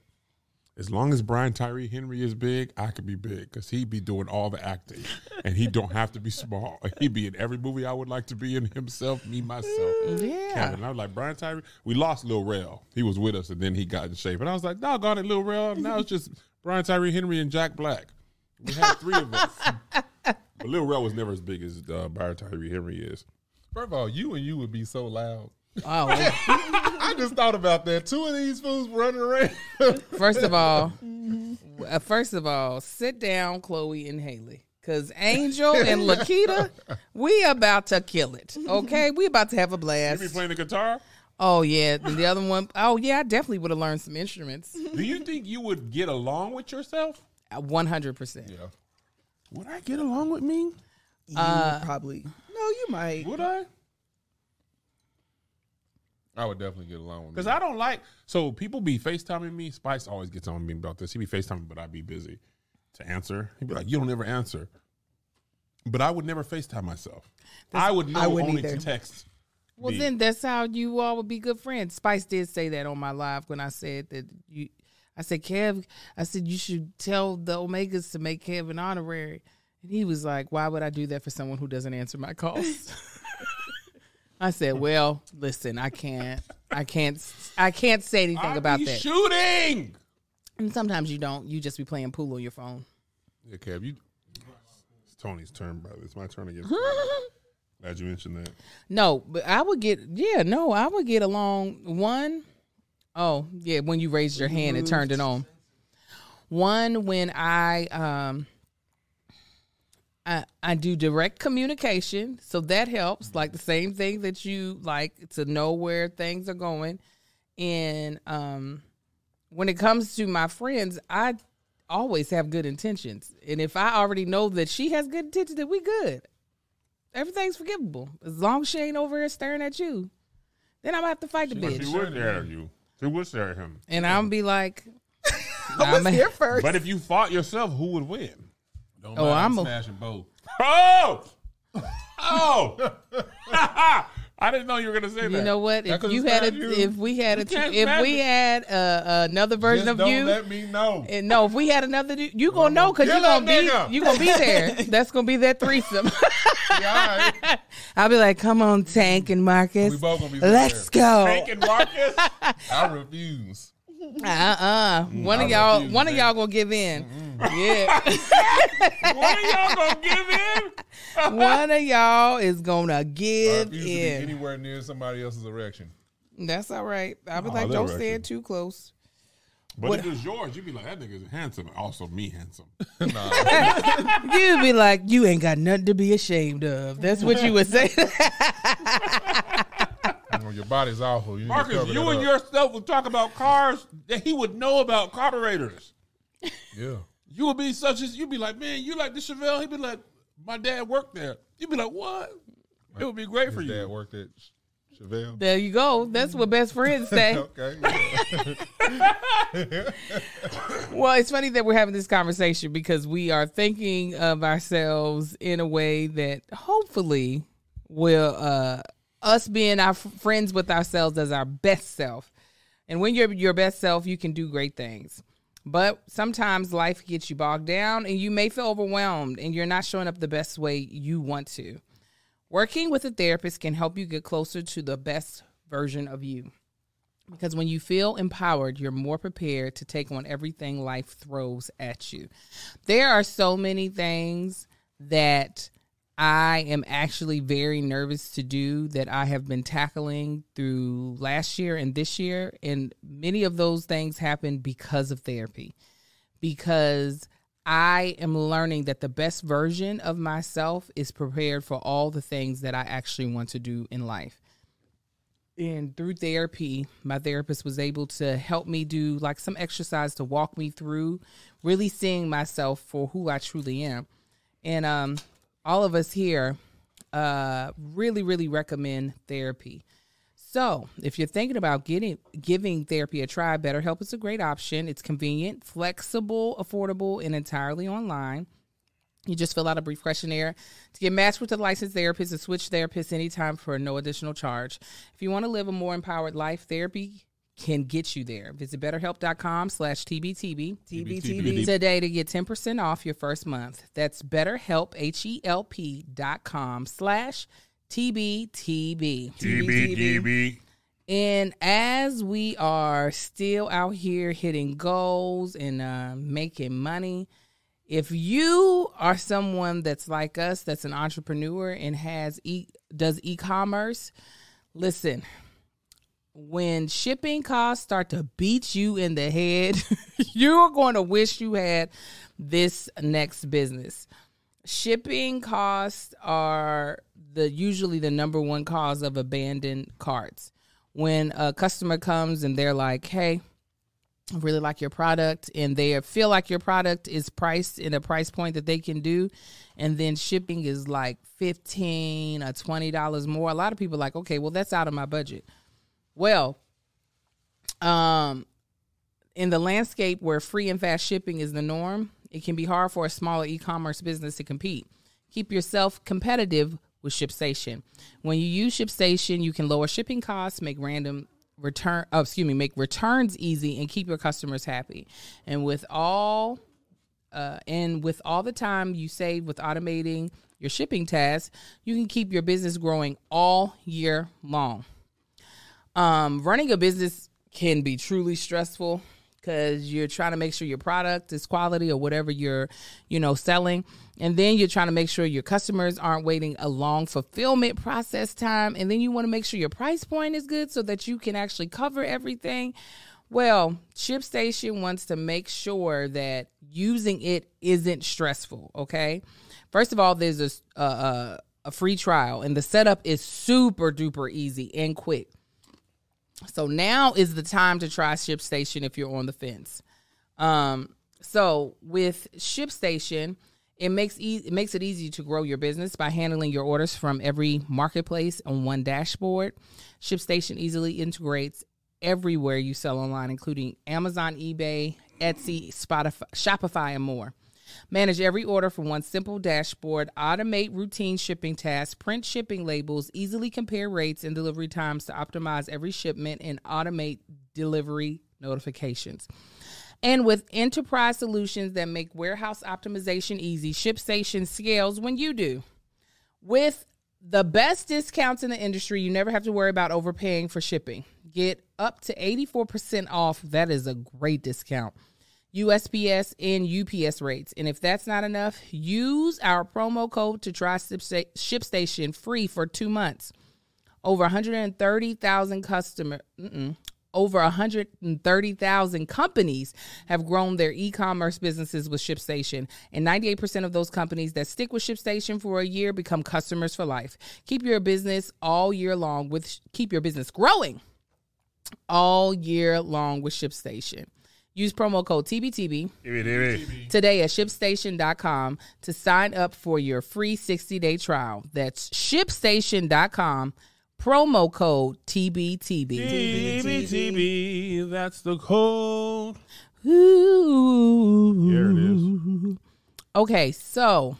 B: as long as Brian Tyree Henry is big, I could be big because he'd be doing all the acting, and he don't have to be small. He'd be in every movie I would like to be in. Himself, me, myself,
A: Yeah.
B: Kevin. I was like Brian Tyree. We lost Lil Rel. He was with us, and then he got in shape. And I was like, doggone it, Lil Rel. Now it's just Brian Tyree Henry and Jack Black. We had three of us. But Lil Rel was never as big as uh, Brian Tyree Henry is.
D: First of all, you and you would be so loud.
A: Oh,
D: I just thought about that. Two of these fools running around.
A: First of all, uh, first of all, sit down, Chloe and Haley, because Angel and Lakita, we about to kill it. Okay, we about to have a
B: You be
A: blast.
B: playing the guitar?
A: Oh yeah, the other one oh yeah, I definitely would have learned some instruments.
B: Do you think you would get along with yourself?
A: One hundred percent.
D: yeah.
B: Would I get along with me?
C: You probably. Uh, No, you might.
B: Would I?
D: I would definitely get along with
B: Because I don't like. So people be FaceTiming me. Spice always gets on me about this. He be FaceTiming, but I'd be busy to answer. He'd be like, "You don't ever answer." But I would never FaceTime myself. I would know
C: I wouldn't
B: only
C: either.
B: to text.
A: Well,
B: me.
A: then that's how you all would be good friends. Spice did say that on my live when I said that you. I said, Kev, I said you should tell the Omegas to make Kev an honorary, and he was like, Why would I do that for someone who doesn't answer my calls? I said, Well, listen, I can't, I can't, I can't say anything
B: I'd
A: about
B: be
A: that.
B: shooting.
A: and sometimes you don't. You just be playing pool on your phone.
D: Yeah, Kev, you
B: It's Tony's turn, brother. It's my turn again. Glad you mentioned that.
A: No, but I would get yeah, no, I would get along one oh, yeah, when you raised your hand and turned it on. One when I um I, I do direct communication, so that helps. Like the same thing that you like to know where things are going. And um, when it comes to my friends, I always have good intentions. And if I already know that she has good intentions, then we good. Everything's forgivable as long as she ain't over here staring at you. Then I'm gonna have to fight the
B: But
A: bitch,
B: she would stare at you. She would stare at him.
A: and I'm gonna be like,
C: I was
A: I'm-
C: here first.
B: But if you fought yourself, who would win?
D: Don't
A: Oh,
D: mind, I'm
A: I'm a-
D: smashing both.
B: Oh, oh! I didn't know you were gonna say that.
A: You know what?
D: That
A: If
D: could
A: you had a,
D: inspire you.
A: if we had a,
B: can't
A: if we
B: imagine.
A: had uh another version
D: Just
A: of
D: don't
A: you,
D: let me know.
A: and no, if we had another, du- you gonna know because you
D: kill that
A: gonna be,
D: nigga.
A: you gonna be there. That's gonna be that threesome.
D: Yeah, all right.
A: I'll be like, come on, Tank and Marcus,
D: We both gonna be
A: let's go.
B: Hank and Marcus.
D: I refuse.
A: Uh uh one of
D: Mm-hmm. I
A: y'all,
D: refuse,
A: one of
D: man.
A: y'all gonna give in.
D: Mm-hmm.
A: Yeah,
B: what are y'all gonna give him?
A: one of y'all is gonna
D: I
A: give
D: refuse to be
A: in.
D: anywhere near somebody else's erection.
A: That's all right. I
D: Oh,
A: was
B: Nah,
A: like,
B: they
A: don't
B: reckon.
A: stand too close.
B: But
A: What-
B: if it's yours, you'd be like, that nigga's handsome. Also, me handsome.
D: Nah,
A: You'd be like, you ain't got nothing to be ashamed of. That's what you would say.
D: you know, your body's awful. You need to
B: Marcus,
D: cover
B: you
D: that
B: and
D: up.
B: yourself would talk about cars that he would know about carburetors.
D: yeah.
B: You would be such as you'd be like, man, you like the Chevelle? He'd be like, my dad worked there. You'd be like, what? It would be great for
D: His dad
B: you.
D: worked at Ch- Chevelle.
A: There you go. That's what best friends say.
D: Okay. yeah.
A: well, it's funny that we're having this conversation because we are thinking of ourselves in a way that hopefully will uh us being our f- friends with ourselves as our best self. And when you're your best self, you can do great things. But sometimes life gets you bogged down and you may feel overwhelmed and you're not showing up the best way you want to. Working with a therapist can help you get closer to the best version of you. Because when you feel empowered, you're more prepared to take on everything life throws at you. There are so many things that I am actually very nervous to do that I have been tackling through last year and this year. And many of those things happened because of therapy because I am learning that the best version of myself is prepared for all the things that I actually want to do in life. And through therapy, my therapist was able to help me do like some exercise to walk me through really seeing myself for who I truly am. And um, all of us here uh, really, really recommend therapy. So, if you're thinking about getting giving therapy a try, BetterHelp is a great option. It's convenient, flexible, affordable, and entirely online. You just fill out a brief questionnaire to get matched with a licensed therapist and switch therapists anytime for no additional charge. If you want to live a more empowered life, therapy can get you there. Visit betterhelp.com slash TBTB
C: TBTB.
A: today to get 10% off your first month. That's betterhelp, H-E-L-P dot com slash TBTB.
B: TBDB.
A: And as we are still out here hitting goals and uh, making money, if you are someone that's like us, that's an entrepreneur and has e- does e-commerce, listen. When shipping costs start to beat you in the head, you are going to wish you had this next business shipping costs are the usually the number one cause of abandoned carts when a customer comes and they're like hey I really like your product and they feel like your product is priced in a price point that they can do and then shipping is like 15 or 20 dollars more a lot of people are like okay well that's out of my budget well um in the landscape where free and fast shipping is the norm, it can be hard for a smaller e-commerce business to compete. Keep yourself competitive with ShipStation. When you use ShipStation, you can lower shipping costs, make random return, oh, excuse me, make returns easy, and keep your customers happy. And with all uh, and with all the time you save with automating your shipping tasks, you can keep your business growing all year long um, running a business can be truly stressful because you're trying to make sure your product is quality or whatever you're you know selling and then you're trying to make sure your customers aren't waiting a long fulfillment process time and then you want to make sure your price point is good so that you can actually cover everything well shipstation wants to make sure that using it isn't stressful. Okay, first of all, there's a a, a- a free trial, and the setup is super duper easy and quick. So now is the time to try ShipStation if you're on the fence. Um, so with ShipStation, it makes e- it makes it easy to grow your business by handling your orders from every marketplace on one dashboard. ShipStation easily integrates everywhere you sell online, including Amazon, eBay, Etsy, Spotify, Shopify, and more. Manage every order from one simple dashboard, automate routine shipping tasks, print shipping labels, easily compare rates and delivery times to optimize every shipment, and automate delivery notifications. And with enterprise solutions that make warehouse optimization easy, ShipStation scales when you do. With the best discounts in the industry, you never have to worry about overpaying for shipping. Get up to 84% off. That is a great discount. USPS and UPS rates. And if that's not enough, use our promo code to try Shipsta- ShipStation free for two months over 130,000 customer mm-mm, over 130,000 companies have grown their e-commerce businesses with ShipStation and 98% of those companies that stick with ShipStation for a year become customers for life. Keep your business all year long with keep your business growing all year long with ShipStation. Use promo code TBTB today at shipstation.com to sign up for your free 60-day trial. That's shipstation.com promo code TBTB.
B: TBTB, that's the code.
A: Ooh.
B: Here it is.
A: Okay, so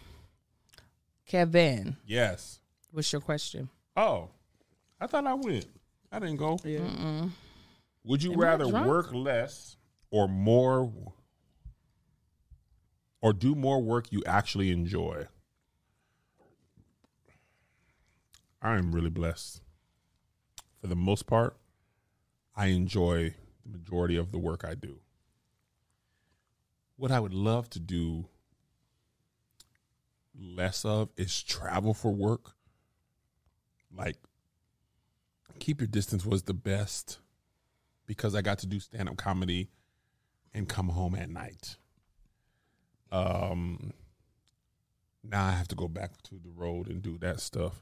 A: Kevin,
B: Yes.
A: what's your question?
B: Oh, I thought I went. I didn't go. Would you rather
A: drunk?
B: work less or more, or do more work you actually enjoy? I am really blessed. For the most part, I enjoy the majority of the work I do. What I would love to do less of is travel for work. Like, keep your distance was the best because I got to do stand up comedy and come home at night. Um, now I have to go back to the road and do that stuff,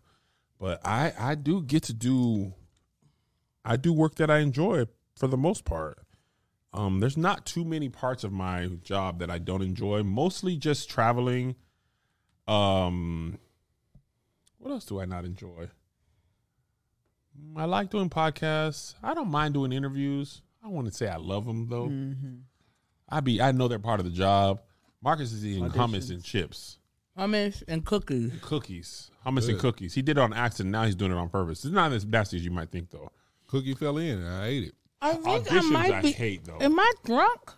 B: but I I do get to do, I do work that I enjoy for the most part. Um, there's not too many parts of my job that I don't enjoy. Mostly just traveling. Um, what else do I not enjoy? I like doing podcasts. I don't mind doing interviews. I want to say I love them though.
A: Mm-hmm.
B: I be I know they're part of the job. Marcus is eating hummus and chips,
A: Hummus and cookies.
B: cookies, hummus and cookies. He did it on accident. Now he's doing it on purpose. It's not as nasty as you might think though.
D: Cookie fell in and I ate it.
A: I think I
B: Auditions
A: might
B: I
A: be.
B: hate, though.
A: Am I drunk?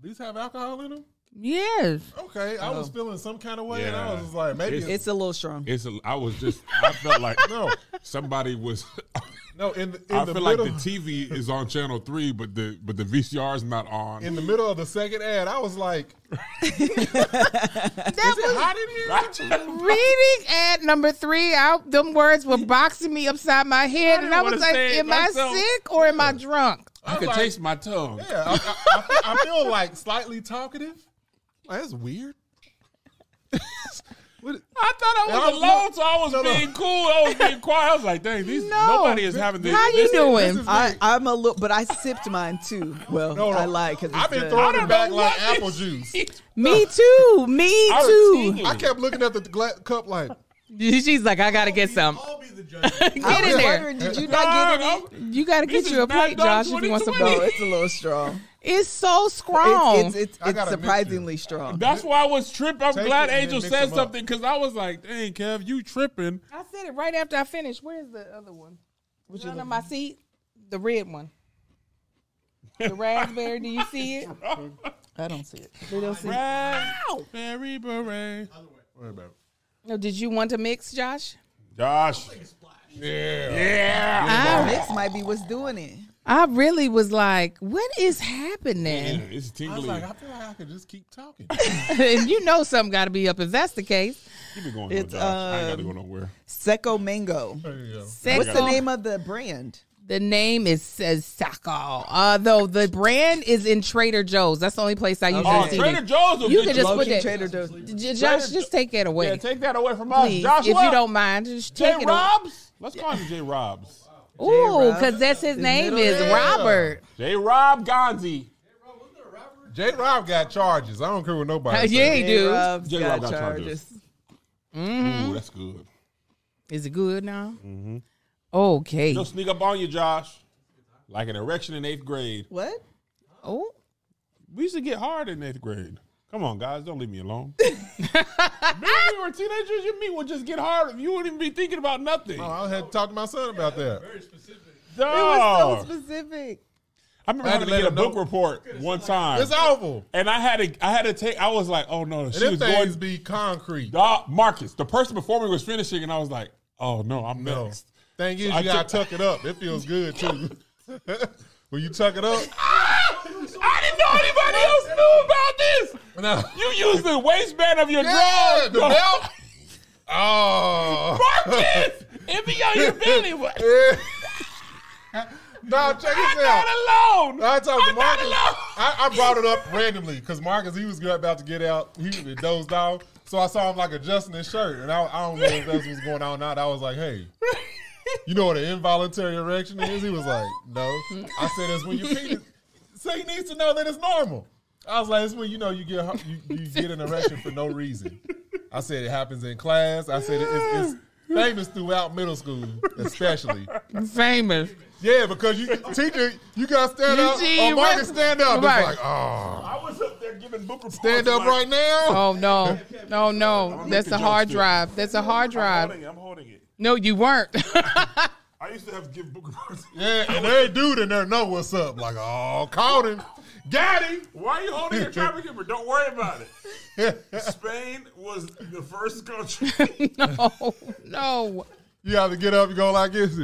D: These have alcohol in them?
A: Yes.
D: Okay. I was feeling some kind of way and I
B: Oh. Yeah.
D: was just like, maybe
B: It's-
D: it's,
C: It's a little strong.
B: It's a, I was just I felt like no somebody was.
D: no in the, in
B: I
D: the
B: feel
D: middle
B: like the TV is on channel three, but the but the VCR is not on.
D: in the middle of the second ad, I was like,
A: That was
D: hot in here?
A: reading ad number three. Out them words were boxing me upside my head, and I was
B: wanna
A: like,
B: say it
A: "Am
B: myself."
A: I sick or am I drunk?"
B: I could
D: like-
B: taste my tongue.
D: Yeah, I, I, I, I feel like slightly talkative. Like, that's weird. what,
B: I thought I
D: And I
B: was
D: was
B: alone,
D: not-
B: so I was
D: no, no.
B: being cool. I was being quiet. I was like, dang, these
A: No.
B: nobody is having this.
A: How you
B: this-
A: doing?
D: this is
C: I, I'm a little, but I sipped mine too. Well,
D: No, no.
C: I lied because
D: I've been
B: I
D: throwing
B: don't
D: it back
B: know
D: like
B: what
D: apple
B: this
D: juice.
A: Me too. Me
B: I was
A: too.
B: teasing.
D: I kept looking at the gla- cup like,
A: She's like, "I gotta get some.
E: I'll be the judge.
A: Get in there.
C: Did you
B: Nah,
C: not get any?
B: I'm-
A: You gotta
B: This
A: get
B: is
A: you a
B: Mad
A: plate,
B: Dog
A: Josh, if you want some."
B: 2020.
C: No, it's a little strong.
A: It's so strong.
C: It's it's, it's,
D: I
C: it's
D: gotta mix
C: surprisingly strong.
B: That's why I was tripping. I'm
D: Take
B: glad
D: it and
B: Angel
D: then mix
B: said
D: them up.
B: something because I was like, dang, Kev, you tripping.
A: I said it right after I finished. Where's the other one? Which under my seat? The red one. The raspberry. Do you see it?
C: I don't see it.
A: They don't see it.
B: Berry beret.
D: Worry about it.
A: No, Oh, did you want to mix, Josh?
B: Josh. Yeah. Yeah.
A: I,
C: Mix might be what's doing it.
A: I really was like, what is happening?
B: It's
D: I was
B: tingly.
D: like, I feel like I could just keep talking.
A: and you know something got to be up if that's the case.
B: Keep it going,
C: It's,
A: um,
B: though, Josh. I ain't got to go nowhere.
C: Seco Mango.
D: There you go.
A: Seco,
C: What's the name of the brand?
A: The name is says Sako. Uh, though the brand is in Trader Joe's. That's the only place I usually
B: Oh,
A: see
B: Trader
A: it.
B: Joe's will
A: You
B: get
A: can just
B: low
A: put
B: key
A: that.
C: Trader Joe's.
A: J- Josh, just take that away,
B: Yeah, take that away from us,
A: please,
B: Joshua.
A: if you don't mind. Just
B: J.
A: take it away.
B: Robs. Let's call him J. Robs.
A: Ooh, because that's his name
D: middle
A: is
D: name.
A: Robert.
B: J. Rob Gonzi.
D: J. Rob got charges. I don't care what nobody. says.
A: yeah, he do.
C: Rob's
B: J.
C: got
B: Rob got
C: charges.
B: charges.
D: Mm-hmm.
B: Ooh, that's good.
A: Is it good now?
B: Mm-hmm.
A: Okay.
B: They'll sneak up on you, Josh. Like an erection in eighth grade.
C: What?
A: Oh,
B: We used to get hard in eighth grade. Come on, guys, don't leave me alone. Remember when we were teenagers, your meat would just get hard. You wouldn't even be thinking about nothing.
D: Oh, I had to talk to my son about that.
B: Dog.
C: specific.
B: I remember
D: I
B: having
D: had to
B: to
D: let
B: get a
D: him
B: book
D: know.
B: report one time,
D: It's awful.
B: and I had to, I had to take. I was like, oh no, she
D: And them
B: was
D: things
B: going.
D: be concrete.
B: Dog, Marcus, the person before me was finishing, and I was like, oh no, I'm
D: No.
B: next.
D: Thing is, you
B: I
D: gotta
B: took-
D: tuck it up. It feels good too. when you tuck it up,
B: I didn't know anybody else knew about this.
D: no.
B: You used the waistband of your
D: Yeah,
B: drawers,
D: the
B: dog.
D: belt. Oh,
B: Marcus, it be on your belly. What?
D: no, check
B: I'm
D: this out.
B: not alone.
D: I talked to
B: I'm not
D: Marcus.
B: alone.
D: I, I brought it up randomly because Marcus he was good- about to get out. He was dozed off, so I saw him like adjusting his shirt, and I, I don't know if that's what's going on or not. I was like, "Hey, you know what an involuntary erection is?" He was like, "No." I said, "It's when your penis." So he needs to know that it's normal. I was like, "It's when you know you get hu- you, you get an erection for no reason." I said it happens in class. I said it, it's, it's famous throughout middle school, especially.
A: famous.
D: Yeah, because you teacher, you gotta stand
A: You
D: up.
A: see,
D: Or Marcus,
A: Marcus-
D: stand up. It's
A: Right.
D: like, oh,
B: I was up there giving book reports.
D: stand up
B: like,
D: right now.
A: Oh no, no, no.
B: I'm
A: That's a
B: making
A: hard
B: jokes, too.
A: drive. That's a hard
B: I'm
A: drive.
B: holding it. I'm holding it.
A: No, you weren't.
B: I used to have to give book reports.
D: Yeah, and every dude in there know what's up. Like, oh, caught him, got him.
B: Why are you holding your traffic camera? Don't worry about it. Spain was the first country.
A: no, no.
D: You have to get up and go like this.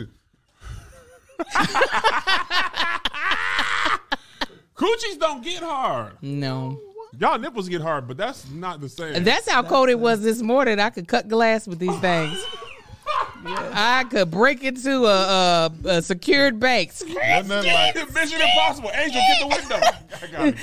B: Coochies don't get hard.
A: No.
B: Y'all nipples get hard, but that's not the same.
A: That's how cold it was this morning. I could cut glass with these things. I could break into a, a, a secured bank.
D: Wasn't nothing like,
B: Mission Impossible. Angel, get the window. I got it,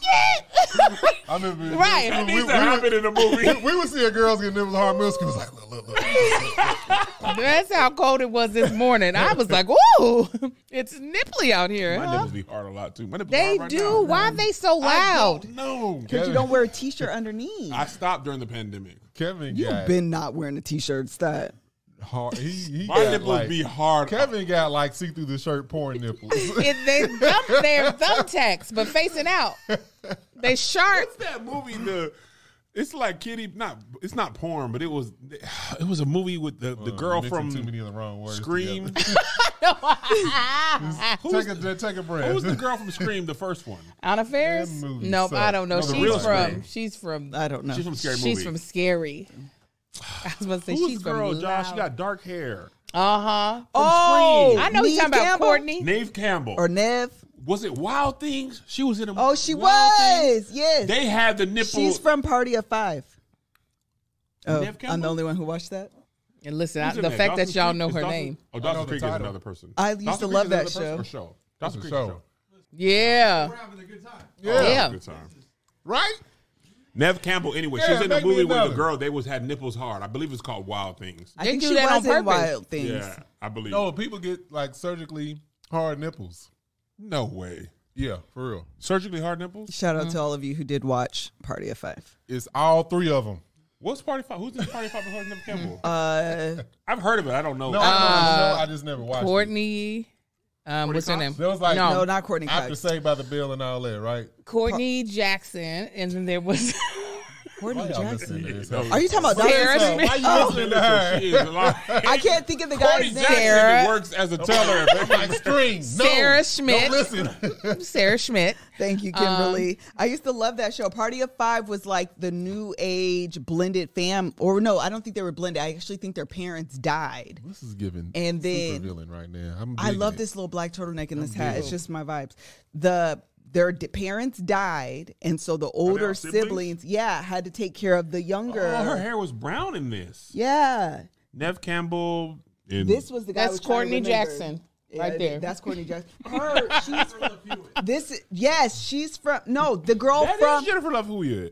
B: guys.
D: I remember. in
A: Right.
B: That
D: middle school,
B: needs to happen in a movie.
D: We, we, we would see a girls getting nipples hard middle school. It's like, look, look, look.
A: That's how cold it was this morning. I was like, "Ooh, it's nipply out here."
B: My
A: huh?
B: nipples be hard a lot too. My nipples
A: They
B: hard right
A: do.
B: Now.
A: Why are they so loud?
B: No.
C: Because you don't wear a t-shirt underneath.
B: I stopped during the pandemic.
D: Kevin
C: You've
D: got
C: been not wearing a t-shirt, stat.
D: hard. He, he
B: My
D: got
B: nipples
D: like,
B: be hard.
D: Kevin got like see through the shirt porn nipples.
A: It, they thumb, they're thumbtacks, but facing out. They sharp.
B: What's that movie? The it's like kitty. Not it's not porn, but it was it was a movie with the, the girl
D: Uh, Mixing
B: from
D: too many of the wrong words.
B: Scream.
D: together.
B: Who's-
D: Take a take a breath.
B: Who's the girl from Scream? The first one.
A: Anna Ferris?
D: That movie
A: Nope, I
D: sucked.
A: don't know.
B: No, the real
A: she's from
B: Scream.
A: she's from
C: I don't know.
B: She's from Scary Movie.
A: she's from Scary. I was about to say
B: Who's
A: she's
B: the girl?
A: from
B: Josh, she got dark hair.
A: Uh huh.
B: Oh,
A: I know you're
C: Neve
A: talking about
C: Campbell?
A: Courtney.
B: Nave Campbell.
C: Or Nev.
B: was it Wild Things? She was in a.
C: Oh, she
B: Wild Things.
C: was. Yes.
B: They had the nipple.
C: She's from Party of Five. Oh,
B: Nev Campbell?
C: I'm the only one who watched that.
A: And listen, I,
B: Who's in
A: the
B: that?
A: fact that
B: Dawson's
A: y'all
B: Creek?
A: know
B: Is
A: her
B: Dawson-
A: name.
B: Oh, Dawson
D: the
B: Creek is
D: title.
B: another person.
C: I used
B: Dawson
C: to
B: Creek
C: love
B: is another
C: that
B: person
C: show.
B: Or show. Dawson
D: a
B: Creek
D: show.
B: show.
A: Yeah.
D: Yeah.
A: Yeah.
B: Good time.
D: Right?
B: Nev Campbell. Anyway, she
D: Yeah,
B: was in a
D: make me
B: movie with
D: another.
B: the girl. They was had nipples hard. I believe it's called Wild Things.
C: I
A: They
C: think
A: do
C: she
A: that
C: was
A: on purpose.
C: in Wild Things.
B: Yeah, I believe.
D: No, people get like surgically hard nipples.
B: no way.
D: Yeah, for real.
B: Surgically hard nipples.
C: Shout
A: Mm-hmm.
C: out to all of you who did watch Party of Five.
D: It's all three of them.
B: What's party five? Who's in party five before Nev Campbell?
C: Uh,
B: I've heard of it. I don't know.
D: No, I don't know. I just never watched. It.
A: Courtney. Um, what's her name?
D: There was like-
A: no,
C: no, not Courtney
D: After
C: Cox.
D: Saved by the Bell and all that, right?
A: Courtney Jackson, and then there was
C: Courtney
D: Why y'all
C: Jackson.
D: listening to this?
B: No.
D: Huh?
C: Are you talking about
A: Sarah
C: Dr.
D: So,
A: Smith.
D: why you
C: Oh.
D: listening to her?
B: She is lying.
C: I can't think of the
B: Courtney
C: guy's
B: Jackson
C: name.
A: Sarah.
B: works as a teller.
D: I'm like string. No,
A: Sarah Schmidt.
D: Don't listen.
A: Sarah Schmidt.
C: Thank you, Kimberly. Um, I used to love that show. Party of Five was like the new age blended fam, or no, I don't think they were blended. I actually think their parents died.
D: this is giving
C: And then-
D: super villain right now. I'm
C: I
D: digging
C: love
D: it.
C: this little black turtleneck in this hat. It's just my vibes. The their d- parents died, and so the older
B: siblings?
C: siblings? yeah, had to take care of the younger.
B: Oh, her hair was brown in this.
C: Yeah,
B: Nev Campbell, And
C: This was the guy. I
A: That's
C: was trying to
A: Courtney
C: remember.
A: Jackson, right there.
C: That's Courtney Jackson. Her, she's from, this. is- Yes, she's from. No, the girl
B: That is
C: from.
B: Jennifer Love Huliet.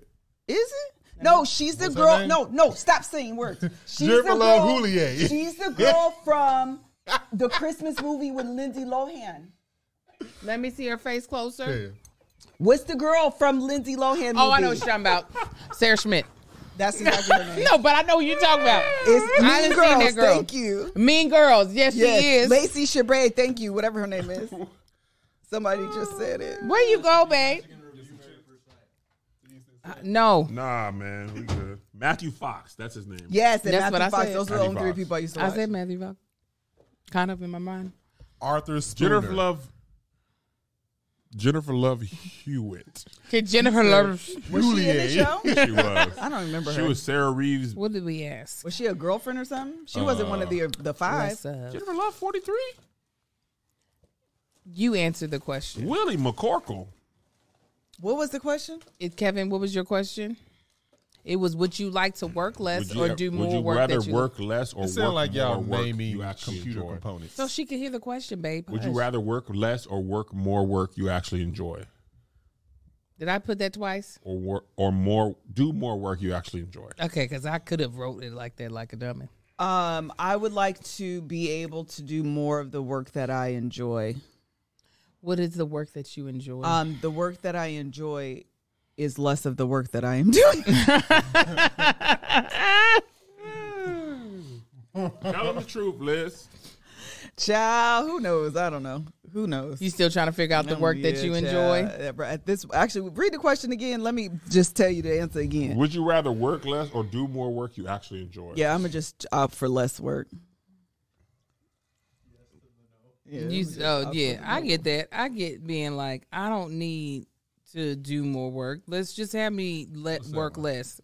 C: Is it? No, she's the
D: What's her
C: girl.
D: name?
C: No, no, stop saying words. She's
D: Jennifer
C: the
D: Love
C: girl-
D: Houllier.
C: She's the girl from the Christmas movie with Lindsay Lohan.
A: Let me see her face closer.
D: Yeah.
C: What's the girl from Lindsay Lohan?
A: Oh, I know what
C: movie?
A: you're talking about. Sarah Schmidt.
C: That's exactly her name.
A: No, but I know who you're talking about.
C: It's
A: I
C: Mean
A: done seen
C: Girls.
A: that girl.
C: Thank you.
A: Mean Girls. Yes,
C: Yes,
A: she is.
C: Lacey Chabray. Thank you. Whatever her name is. Somebody just said it.
A: Where you go, babe? Uh, no.
B: Nah, man, we good. Matthew Fox, that's his name.
C: Yes, and
A: That's
C: Matthew
A: what I
C: Fox.
A: said.
C: Those were the
B: Matthew
C: only three
B: Fox.
C: people I used to
A: I
C: watch.
A: said Matthew Vaughn. Kind of in my mind.
D: Arthur Spooner.
B: Jennifer Love. Jennifer Love Hewitt.
A: Okay, Jennifer Love.
C: was she in the show?
B: She was.
C: I don't remember
B: She
C: her.
B: was Sarah Reeves.
A: What did we ask?
C: Was she a girlfriend or something? She wasn't one of the the five.
A: What's up?
B: Jennifer Love, forty three.
A: You answered the question.
B: Willie McCorkle.
C: What was the question?
A: It, Kevin, what was your question? It was would you like to work less or do more
B: would you
A: work
B: rather
A: that you
B: work less or
D: It
B: work
D: sounds like
B: more
D: y'all
B: work
D: naming
B: you actually
D: computer
B: enjoy?
D: components.
A: So Oh, she can hear the question, babe.
B: Would you
A: Hush.
B: rather work less or work more work you actually enjoy,
A: Did I put that twice?
B: or work or more do more work you actually enjoy?
A: Okay, because I could have wrote it like that, like a dummy.
C: Um, I would like to be able to do more of the work that I enjoy.
A: What is the work that you enjoy?
C: Um, the work that I enjoy is less of the work that I am doing.
B: Tell them the truth, Liz.
C: Child, who knows? I don't know. Who knows?
A: you still trying to figure out the work that
C: Yeah,
A: you
C: child.
A: enjoy?
C: Uh, right, At this actually read the question again. Let me just tell you the answer again.
B: Would you rather work less or do more work you actually enjoy?
C: Yeah, I'm gonna just opt for less work. Yeah,
A: You,
C: I'm gonna
A: oh
C: opt
A: yeah,
C: for
A: I get that. I get being like, I don't need to do more work. Let's just have me let work less.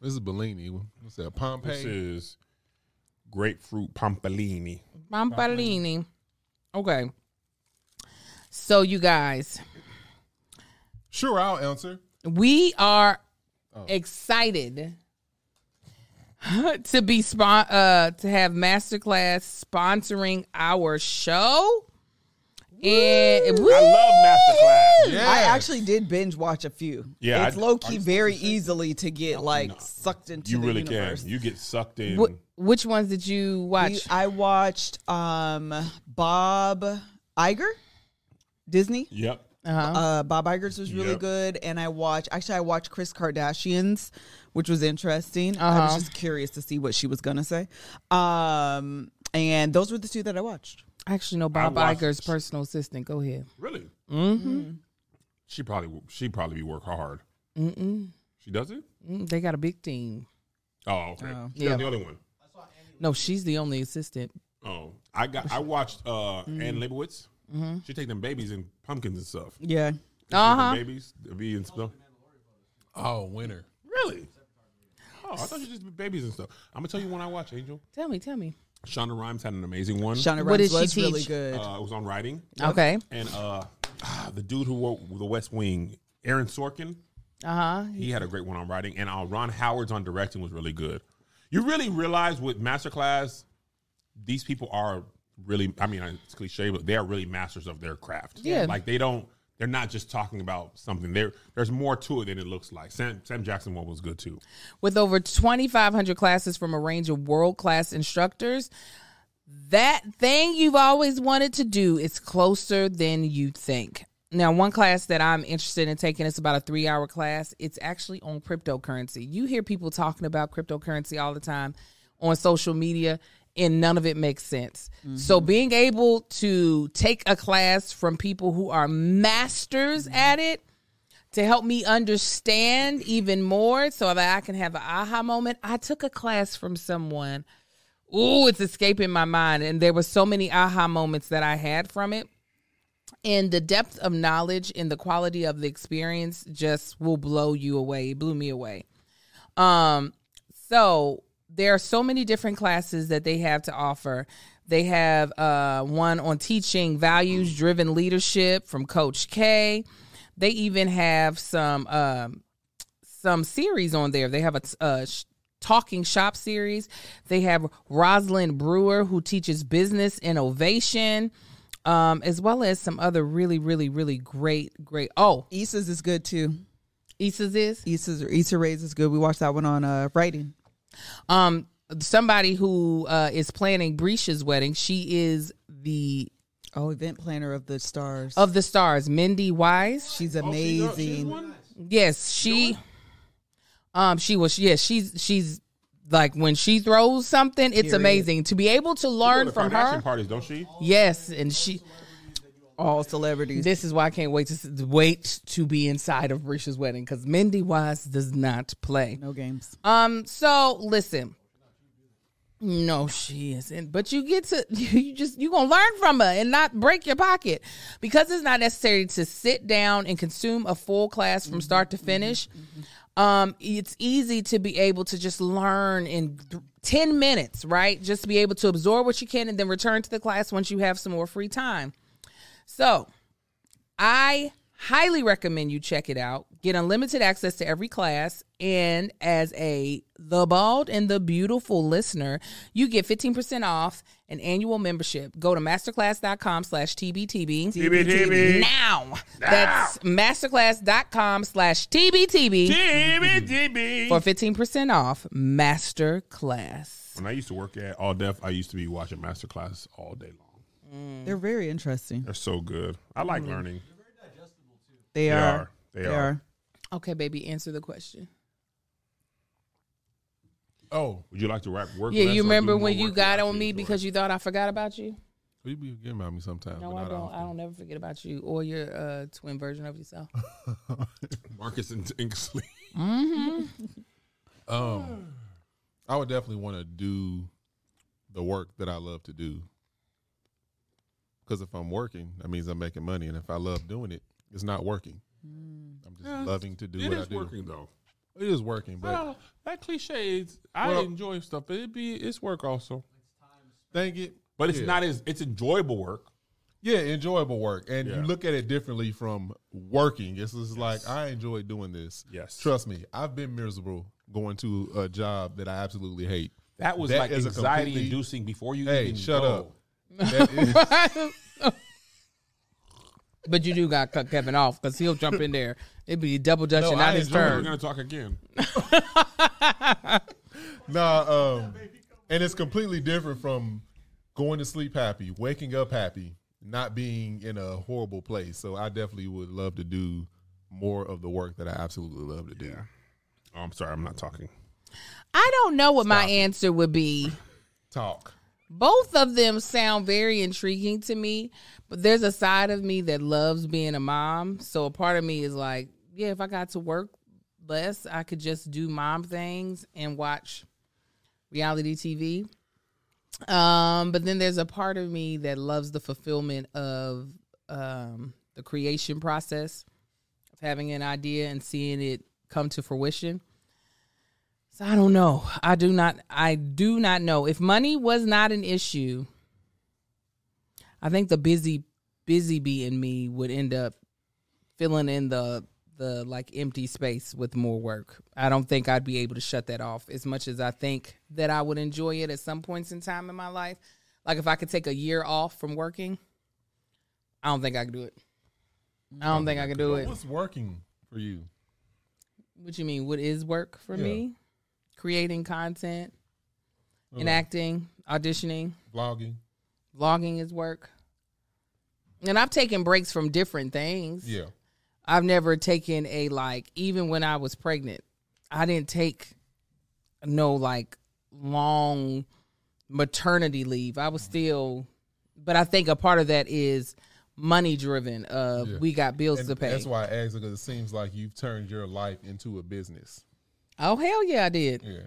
D: This is Bellini. What's that? Pompeii.
B: This is grapefruit pompolini.
A: Mamparlini. Okay. So you guys,
D: Sure, I'll answer.
A: we are excited to be spon- uh to have masterclass sponsoring our show. And
B: I love masterclass.
D: Yeah.
C: I actually did binge watch a few.
B: Yeah,
C: it's
B: I-
C: low key very easily to get like sucked into
B: You
C: the
B: really
C: universe.
B: can. You get sucked in.
A: Wh- which ones did you
C: We-
A: watch?
C: I watched um, Bob Iger, Disney.
B: Yep.
C: Uh, Bob Iger's was really
B: Yep.
C: good, and I watched. Actually, I watched Chris Kardashian's, which was interesting. I
A: Uh-huh.
C: was just curious to see what she was gonna say. Um, and those were the two that I watched.
A: I actually know Bob
B: watched-
A: Iger's personal assistant. Go ahead.
B: Really? Mm-hmm. She probably she probably work hard. Mm-mm. She doesn't.
A: Mm, They got a big team.
B: Oh, okay. She's
A: Yeah.
B: not the only one.
A: No, she's the only assistant.
B: Oh, I got. I watched uh Ann Leibowitz. She take them babies and pumpkins and stuff.
C: Yeah,
B: Uh huh. Babies to be in stuff.
D: Oh, winner.
B: Really? Oh, I thought you just did babies and stuff. I'm gonna tell you one I watch. Angel
A: Tell me, tell me.
B: Shonda Rhimes had an amazing one.
C: Shonda
A: What did
C: Rhimes
A: she
C: was really
A: teach?
C: good.
B: uh, it was on writing,
A: Okay.
B: and uh, ah, the dude who wrote The West Wing, Aaron Sorkin.
A: Uh huh.
B: He had a great one on writing, and uh, Ron Howard's on directing was really good. You really realize with masterclass, these people are really. I mean, uh, it's cliche, but they are really masters of their craft.
A: Yeah.
B: like they don't. They're not just talking about something. There, there's more to it than it looks like. Sam, Sam Jackson one was good too.
A: With over 2,500 classes from a range of world class instructors, that thing you've always wanted to do is closer than you think. Now, one class that I'm interested in taking is about a three hour class. It's actually on cryptocurrency. You hear people talking about cryptocurrency all the time on social media, and none of it makes sense. So, being able to take a class from people who are masters at it to help me understand even more so that I can have an aha moment. I took a class from someone. Ooh, it's escaping my mind. And there were so many aha moments that I had from it. And the depth of knowledge and the quality of the experience just will blow you away. It blew me away. Um, so there are so many different classes that they have to offer. They have uh, one on teaching values driven leadership from Coach K. They even have some um, some series on there. They have a, t- a sh- Talking Shop series. They have Rosalind Brewer, who teaches business innovation, um, as well as some other really, really, really great, great. Oh,
C: Issa's is good too.
A: Issa's is
C: Issa's or Issa Rays is good. We watched that one on uh, writing.
A: um, somebody who uh, is planning Brisha's wedding. She is the
C: Oh, event planner of the stars.
A: of the stars, Mindy Wise.
C: she's
B: Oh, she's up- she's
C: amazing.
B: one?
A: Yes, she. Um, she was. Yes, she's. She's like when she throws something, it's amazing to be able to learn
B: She go
A: from
B: to Kardashian
A: her.
B: parties, don't she?
A: Yes, and she.
C: All celebrities.
A: This is why I can't wait to s- wait to be inside of Risha's wedding because Mindy Wise does not play.
C: no games.
A: Um. So listen. No, she isn't. But you get to you just you gonna learn from her and not break your pocket because it's not necessary to sit down and consume a full class from start to finish. Um, it's easy to be able to just learn in th- ten minutes, right? Just to be able to absorb what you can and then return to the class once you have some more free time. So I highly recommend you check it out. Get unlimited access to every class. And as a the bald and the beautiful listener, you get 15% off an annual membership. Go to masterclass.com slash TBTB.
B: TBTB.
A: Now. That's masterclass.com slash TBTB
B: TBTB.
A: for 15% off Masterclass.
B: When I used to work at All Def, I used to be watching masterclass all day long.
C: They're very interesting.
B: They're so good. I like
A: Mm-hmm.
B: learning.
C: They,
B: They
C: are.
B: are. They, are.
A: Okay, baby, answer the question.
B: Oh, would you like to wrap work?
A: Yeah,
B: less
A: you
B: or
A: remember
B: do more
A: when you
B: work
A: got
B: less?
A: on me because you thought I forgot about you?
D: You be forgetting about me sometimes.
A: No,
D: but
A: I
D: not
A: don't.
D: often.
A: I don't ever forget about you or your uh, twin version of yourself.
B: Marcus and Inksley.
D: Um, I would definitely want to do the work that I love to do. Because if I'm working, that means I'm making money, and if I love doing it, it's not working.
A: Mm.
D: I'm just loving to do
B: It
D: what I
B: is
D: do.
B: working though.
D: It is working, but
B: Well, that cliche is I
D: Well-
B: enjoy stuff, but it be it's work also.
D: thank it.
B: But it's
D: yeah.
B: not as it's enjoyable work.
D: Yeah, enjoyable work, and you
B: Yeah.
D: look at it differently from working. It's just like I enjoy doing this.
B: Yes.
D: trust me, I've been miserable going to a job that I absolutely hate.
B: That was
D: That
B: like
D: is a
B: anxiety
D: completely-
B: inducing before you
D: Hey,
B: even
D: shut
B: go.
D: up. That is-
A: but you do got cut Kevin off because he'll jump in there. It'd be double dutching
D: No, I
A: out his
D: enjoy it.
B: We're
A: turn.
B: gonna talk again.
D: Oh, Nah, um, and it's completely different from going to sleep happy, waking up happy, not being in a horrible place. So I definitely would love to do more of the work that I absolutely love to do.
B: Oh, I'm sorry, I'm not talking.
A: I don't know what my answer would be.
D: Talk.
A: Both of them sound very intriguing to me, but there's a side of me that loves being a mom. So a part of me is like, yeah, if I got to work less, I could just do mom things and watch reality TV. Um, but then there's a part of me that loves the fulfillment of um, the creation process of having an idea and seeing it come to fruition. So I don't know. I do not. I do not know if money was not an issue. I think the busy, busy bee in me would end up filling in the the like empty space with more work. I don't think I'd be able to shut that off as much as I think that I would enjoy it at some points in time in my life. Like if I could take a year off from working, I don't think I could do it. I don't think I could do it.
D: What's working for you?
A: What you mean? What is work for
D: Yeah.
A: me? Creating content, enacting, auditioning,
D: Vlogging.
A: vlogging is work. And I've taken breaks from different things.
D: Yeah.
A: I've never taken a like even when I was pregnant, I didn't take no like long maternity leave. I was still but I think a part of that is money driven of
D: Yeah.
A: we got bills
D: And
A: to pay.
D: that's why I asked because it seems like you've turned your life into a business.
A: oh hell yeah I did.
D: Yeah.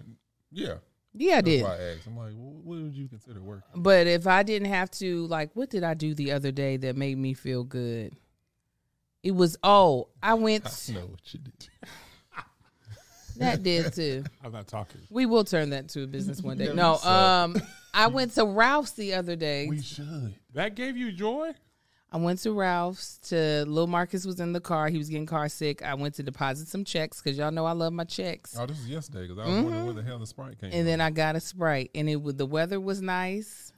D: Yeah.
A: Yeah I
D: That's
A: did.
D: why I asked. I'm like, well, what would you consider working?
A: But if I didn't have to, like, what did I do the other day that made me feel good? It was oh, I went
D: I know what you did.
A: that did too.
B: I'm not talking.
A: We will turn that to a business one day.
D: Yeah,
A: No,
D: we suck.
A: um, I went to Ralph's the other day.
D: We should.
B: That gave you joy?
A: I went to Ralph's to Lil Marcus was in the car. He was getting car sick. I went to deposit some checks because y'all know I love my checks.
D: Oh, this is yesterday because I was wondering where the hell the Sprite came
A: And then I got a Sprite and it was, the weather was nice.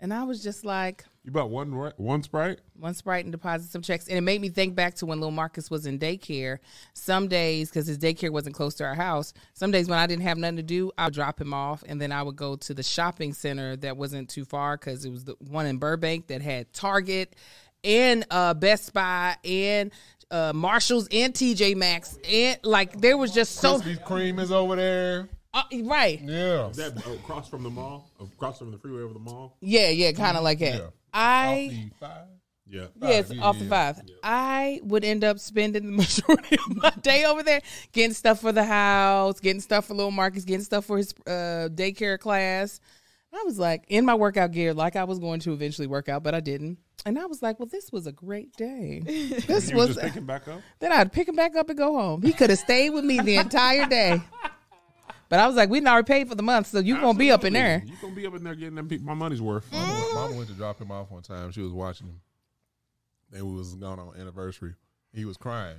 A: And I was just like,
B: You bought one ri- one Sprite?
A: one Sprite and deposit some checks. And it made me think back to when Lil Marcus was in daycare. Some days, because his daycare wasn't close to our house, some days when I didn't have nothing to do, I would drop him off. And then I would go to the shopping center that wasn't too far because it was the one in Burbank that had Target and uh, Best Buy and uh, Marshalls and TJ Maxx. And like, there was just so.
D: Krispy Kreme is over there.
A: Uh, right.
D: Yeah.
B: That Oh, across from the mall, across from the freeway over the mall.
A: Yeah, yeah, kind of like that.
D: Yeah.
A: I.
D: Coffee, five.
B: Yeah.
A: Yes,
D: yeah,
A: off the five. I would end up spending the majority of my day over there getting stuff for the house, getting stuff for little Marcus, getting stuff for his uh, daycare class. I was like in my workout gear, like I was going to eventually work out, but I didn't. And I was like, well, this was a great day. This
B: You were
A: was.
B: just picking back up.
A: Then I'd pick him back up and go home. He could have stayed with me the entire day. But I was like, we didn't already paid for the month, so you gonna be up in there.
B: You gonna be up in there getting them people my money's worth.
D: Mama, went- Mama went to drop him off one time. She was watching him. They was gone on anniversary. He was crying,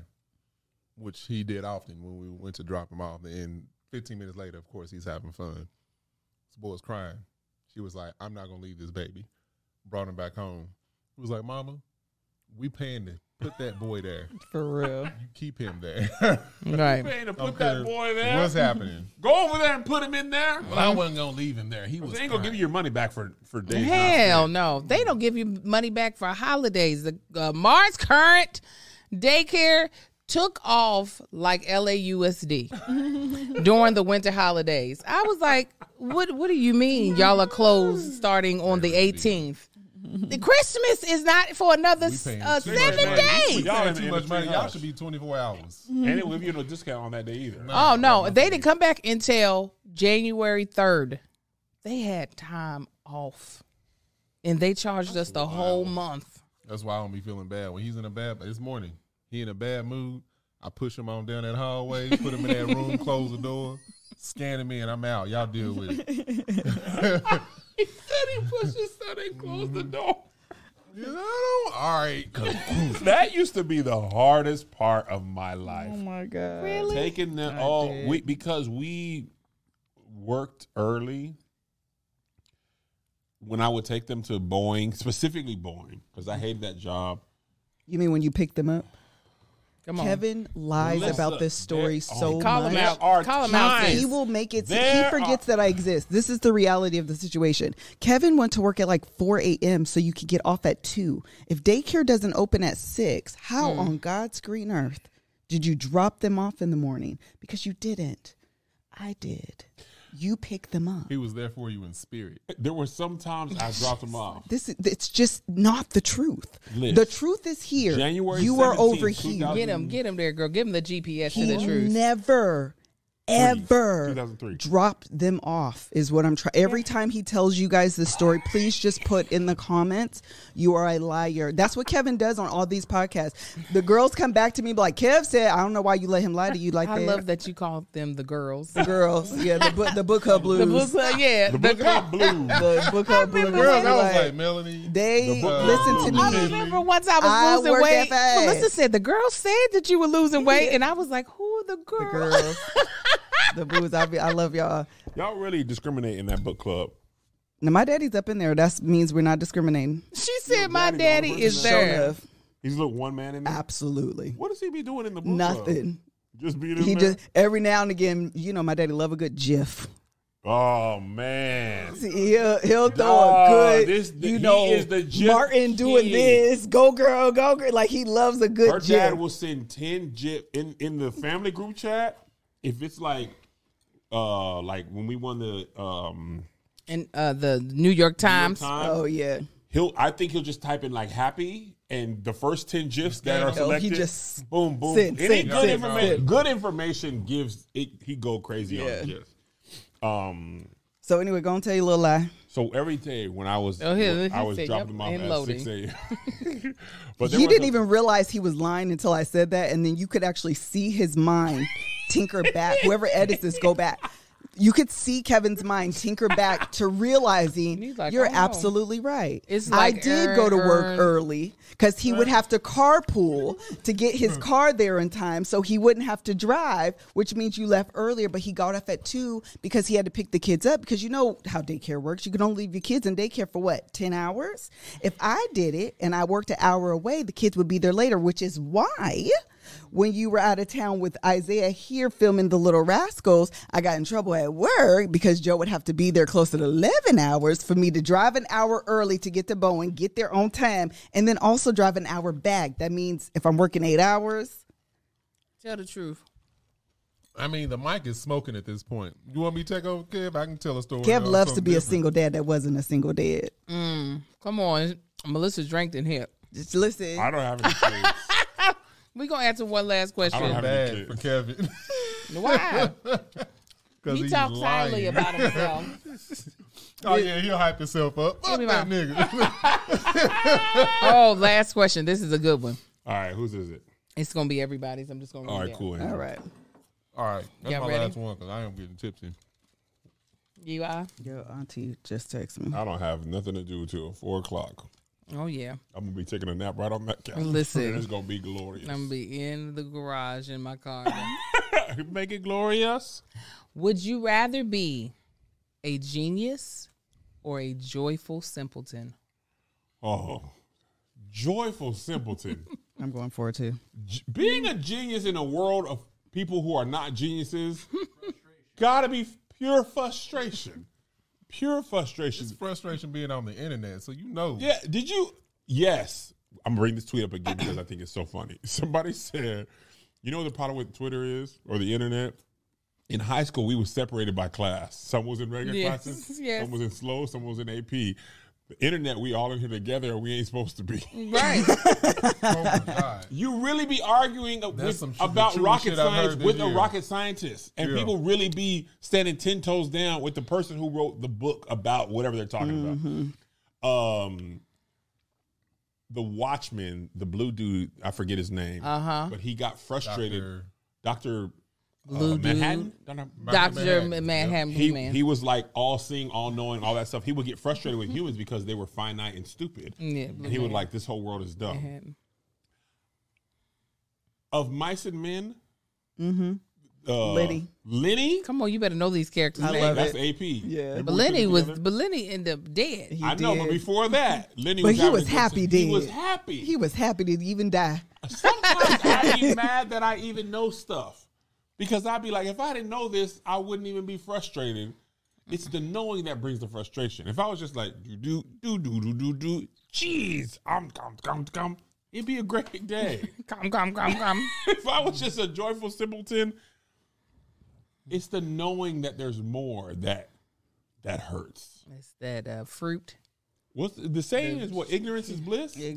D: which he did often when we went to drop him off. And 15 minutes later, of course, he's having fun. This boy's crying. She was like, "I'm not gonna leave this baby." Brought him back home. He was like, "Mama, we paying to put that boy there.
C: For real.
D: You keep him there."
A: Right.
B: Paying to
D: I'm
B: put that
D: clear.
B: boy there.
D: What's happening?
B: Go over there and put him in there.
D: Well, I wasn't gonna leave him there. He was.
B: They ain't gonna give you your money back for for days. now.
A: Hell no. They don't give you money back for holidays. The uh, Mars Current daycare took off like LAUSD during the winter holidays. I was like, what what do you mean y'all are closed starting on the 18th? The Christmas is not for another s-
D: paying
A: uh,
D: too much
A: seven
B: money. We-
A: days.
B: we- Y'all
D: Y'all
B: in the
D: too much
B: industry
D: money. Y'all
B: house.
D: should be 24 hours.
B: And it would give you no discount on that day either.
A: Oh no, they didn't come back until January 3rd. They had time off. And they charged us the whole month.
D: That's why I don't be feeling bad when he's in a bad. This morning, he in a bad mood. I push him on down that hallway, put him in that room, close the door, scan him in. I'm out. Y'all deal with it.
B: He said he pushed his son and closed the door.
D: You know, I don't- all right.
B: That used to be the hardest part of my life.
C: Oh my God.
B: taking them all we because we worked early when I would take them to Boeing, specifically Boeing, because I hated that job.
C: You mean when you pick them up?
A: Come on.
C: Kevin lies
B: Listen,
C: about this story
B: there-
C: so
A: Call
C: much.
A: him out.
B: There are
A: Call him out.
B: times-
A: sis.
C: He will make it.
B: There
C: he forgets
B: are-
C: that I exist. This is the reality of the situation. Kevin went to work at like 4 a.m. so you could get off at 2. If daycare doesn't open at 6, how
B: Hmm.
C: on God's green earth did you drop them off in the morning? Because you didn't. I did. You picked them up.
D: he was there for you in spirit.
B: There were some times I dropped them off.
C: This is, it's just not the truth.
B: Liz.
C: The truth is here.
B: January
C: you are
B: 17th,
C: over here.
B: 2000
A: Get him, get him there, girl. Give him the GPS
C: He
A: to the truth.
C: never, ever
B: 2003.
C: dropped them off, is what I'm trying. Every time he tells you guys this story, please just put in the comments, you are a liar. That's what Kevin does on all these podcasts. The girls come back to me like, Kev said, I don't know why you let him lie to you like
A: I
C: that.
A: love that you call them the girls.
C: the girls. Yeah, the, book, the book club blues.
A: The book club, yeah. The,
B: Look
A: girl-
B: at blue.
C: The book club blues.
D: Girls, I was
C: Like,
D: like Melanie.
C: they
D: book
C: listen to
D: club
C: me.
D: blues.
A: I remember once I was
C: I
A: losing
C: work
A: weight.
C: that fast.
A: Melissa said the girl said that you were losing weight, and I was like, "Who are the
C: the
A: girls?"
C: girls, the booze. I, be, I love y'all.
B: Y'all really discriminate in that book club.
C: Now my daddy's up in there. That means we're not discriminating.
A: She said, "My
B: daddy's
A: daddy
B: older
A: is
B: than
A: there."
C: enough,
B: He's little one man in there.
C: absolutely
B: What does he be doing in the book club?
C: nothing.
B: Just being in
C: He
B: there.
C: just every now and again, you know, my daddy love a good gif.
B: oh man.
C: He'll, he'll throw
B: Dawg,
C: a good,
B: this- he
C: you know,
B: is the GIF
C: Martin doing
B: king.
C: this. Go girl, go girl. Like he loves a good
B: Her
C: gif.
B: dad will send ten jip in in the family group chat. If it's like, uh, like when we won the um,
A: And uh, the New York Times.
B: time,
C: oh yeah,
B: he'll. I think he'll just type in like happy, and the first ten gifs that are
C: No, he
B: selected,
C: just
B: boom, boom.
C: sent,
B: Any
C: sent,
B: good
C: sent.
B: information, good information gives it. He go crazy
C: Yeah.
B: on the gifs. Um.
C: So anyway, gonna tell you a little lie.
B: So every day when I was,
A: Oh, here,
B: I
A: he
B: was
A: said,
B: dropping
A: yep,
B: them off
A: and
B: at
A: loading.
B: six a.m. but there
C: he
B: was
C: didn't
B: a-
C: even realize he was lying until I said that, and then you could actually see his mind tinker back. Whoever edits this, go back. you could see Kevin's mind tinker back to realizing
A: He's like,
C: you're
A: oh.
C: absolutely right.
A: It's
C: I
A: like uh-huh.
C: did go to work
A: earn-
C: early because he would have to carpool to get his car there in time, so he wouldn't have to drive, which means you left earlier. But he got off at two because he had to pick the kids up because you know how daycare works. You can only leave your kids in daycare for what ten hours. If I did it and I worked an hour away, the kids would be there later, which is why when you were out of town with Isaiah here filming The Little Rascals, I got in trouble at work because Joe would have to be there close to 11 hours for me to drive an hour early to get to Bowen, get there on time, and then also drive an hour back. That means if I'm working eight hours,
A: Tell the truth.
D: I mean, the mic is smoking at this point. You want me to take over, Kev? I can tell a story.
C: Kev
D: of
C: loves to
D: something
C: be a
D: different.
C: single dad that wasn't a single dad.
A: Come on, Melissa drank in here.
C: Just listen.
B: I don't have any kids.
A: We gonna answer one last
B: I don't
A: question.
B: have-
D: Bad for Kevin.
A: Why?
D: 'Cause
A: he
D: he's
A: talks
D: lying.
A: highly about himself.
D: Oh yeah, he'll hype himself up. Fuck
A: me
D: that
A: mine.
D: nigga.
A: oh, last question. This is a good one.
B: All right, whose is it?
A: It's gonna be everybody's. I'm just gonna.
B: All
A: read
B: right,
A: it out.
B: cool.
C: All right.
D: All right, that's
A: Y'all
D: my
A: ready?
D: last one because I am getting tipsy.
A: You are.
C: Your auntie just texted me.
B: I don't have nothing to do till four o'clock.
A: Oh yeah.
B: I'm gonna be taking a nap right on that couch.
A: Listen.
B: it's gonna be glorious.
A: I'm gonna be in the garage in my car.
B: Make it glorious.
A: Would you rather be a genius or a joyful simpleton?
B: Oh, joyful simpleton.
C: I'm going for it too.
B: G- Being a genius in a world of people who are not geniuses, gotta be pure frustration. Pure frustration.
D: It's frustration being on the internet, so you know.
B: Yeah, did you? Yes. I'm bringing this tweet up again because I think it's so funny. Somebody said, you know what the problem with Twitter is or the internet? In high school, we were separated by class. Some was in regular
A: Yes,
B: classes,
A: yes.
B: some was in slow, some was in AP. The internet, we all in here together and we ain't supposed to
A: Mm-hmm.
B: be.
A: Right.
D: Oh my god.
B: You really be arguing with-
D: some sh-
B: about
D: true
B: rocket
D: shit I've
B: science
D: heard this
B: with a
D: year.
B: rocket scientist, and
D: Yeah.
B: people really be standing ten toes down with the person who wrote the book about whatever they're talking
D: Mm-hmm.
B: about. Um, the Watchman, the blue dude, I forget his name,
A: Uh
D: Uh-huh.
A: huh.
B: but he got frustrated.
D: Doctor-
B: Doctor uh,
A: Blue dude.
B: Manhattan, Dr.
A: Doctor
D: Manhattan.
A: Manhattan
B: He,
A: Blue Man.
B: he was like all seeing, all knowing, all that stuff. He would get frustrated with humans because they were finite and stupid.
A: yeah, Blue
B: And he would
A: Man
B: like, this whole world is dumb.
A: Manhattan.
B: Of mice and men,
C: Mm-hmm.
B: uh,
C: Lenny.
B: Lenny.
A: Come on, you better know these characters.
C: I
A: names.
C: love
B: That's
C: it.
B: AP.
C: Yeah.
B: Remember
A: But
B: we
A: Lenny
B: took
A: was,
B: together?
A: but Lenny ended up dead.
C: He
B: I know, but
C: did.
B: before that, Lenny.
C: But
B: was
C: he
B: having
C: was
B: a good
C: happy
B: time. He
C: then.
B: was happy.
C: he was happy to even die.
B: Sometimes I be mad that I even know stuff because I'd be like, if I didn't know this, I wouldn't even be frustrated. It's the knowing that brings the frustration. If I was just like do do do do do do do, jeez, I'm come come come, it'd be a great day.
A: Come, come, come, come.
B: if I was just a joyful simpleton, it's the knowing that there's more that that hurts.
A: it's that uh, fruit.
B: What's the saying is what ignorance is bliss.
A: Yeah.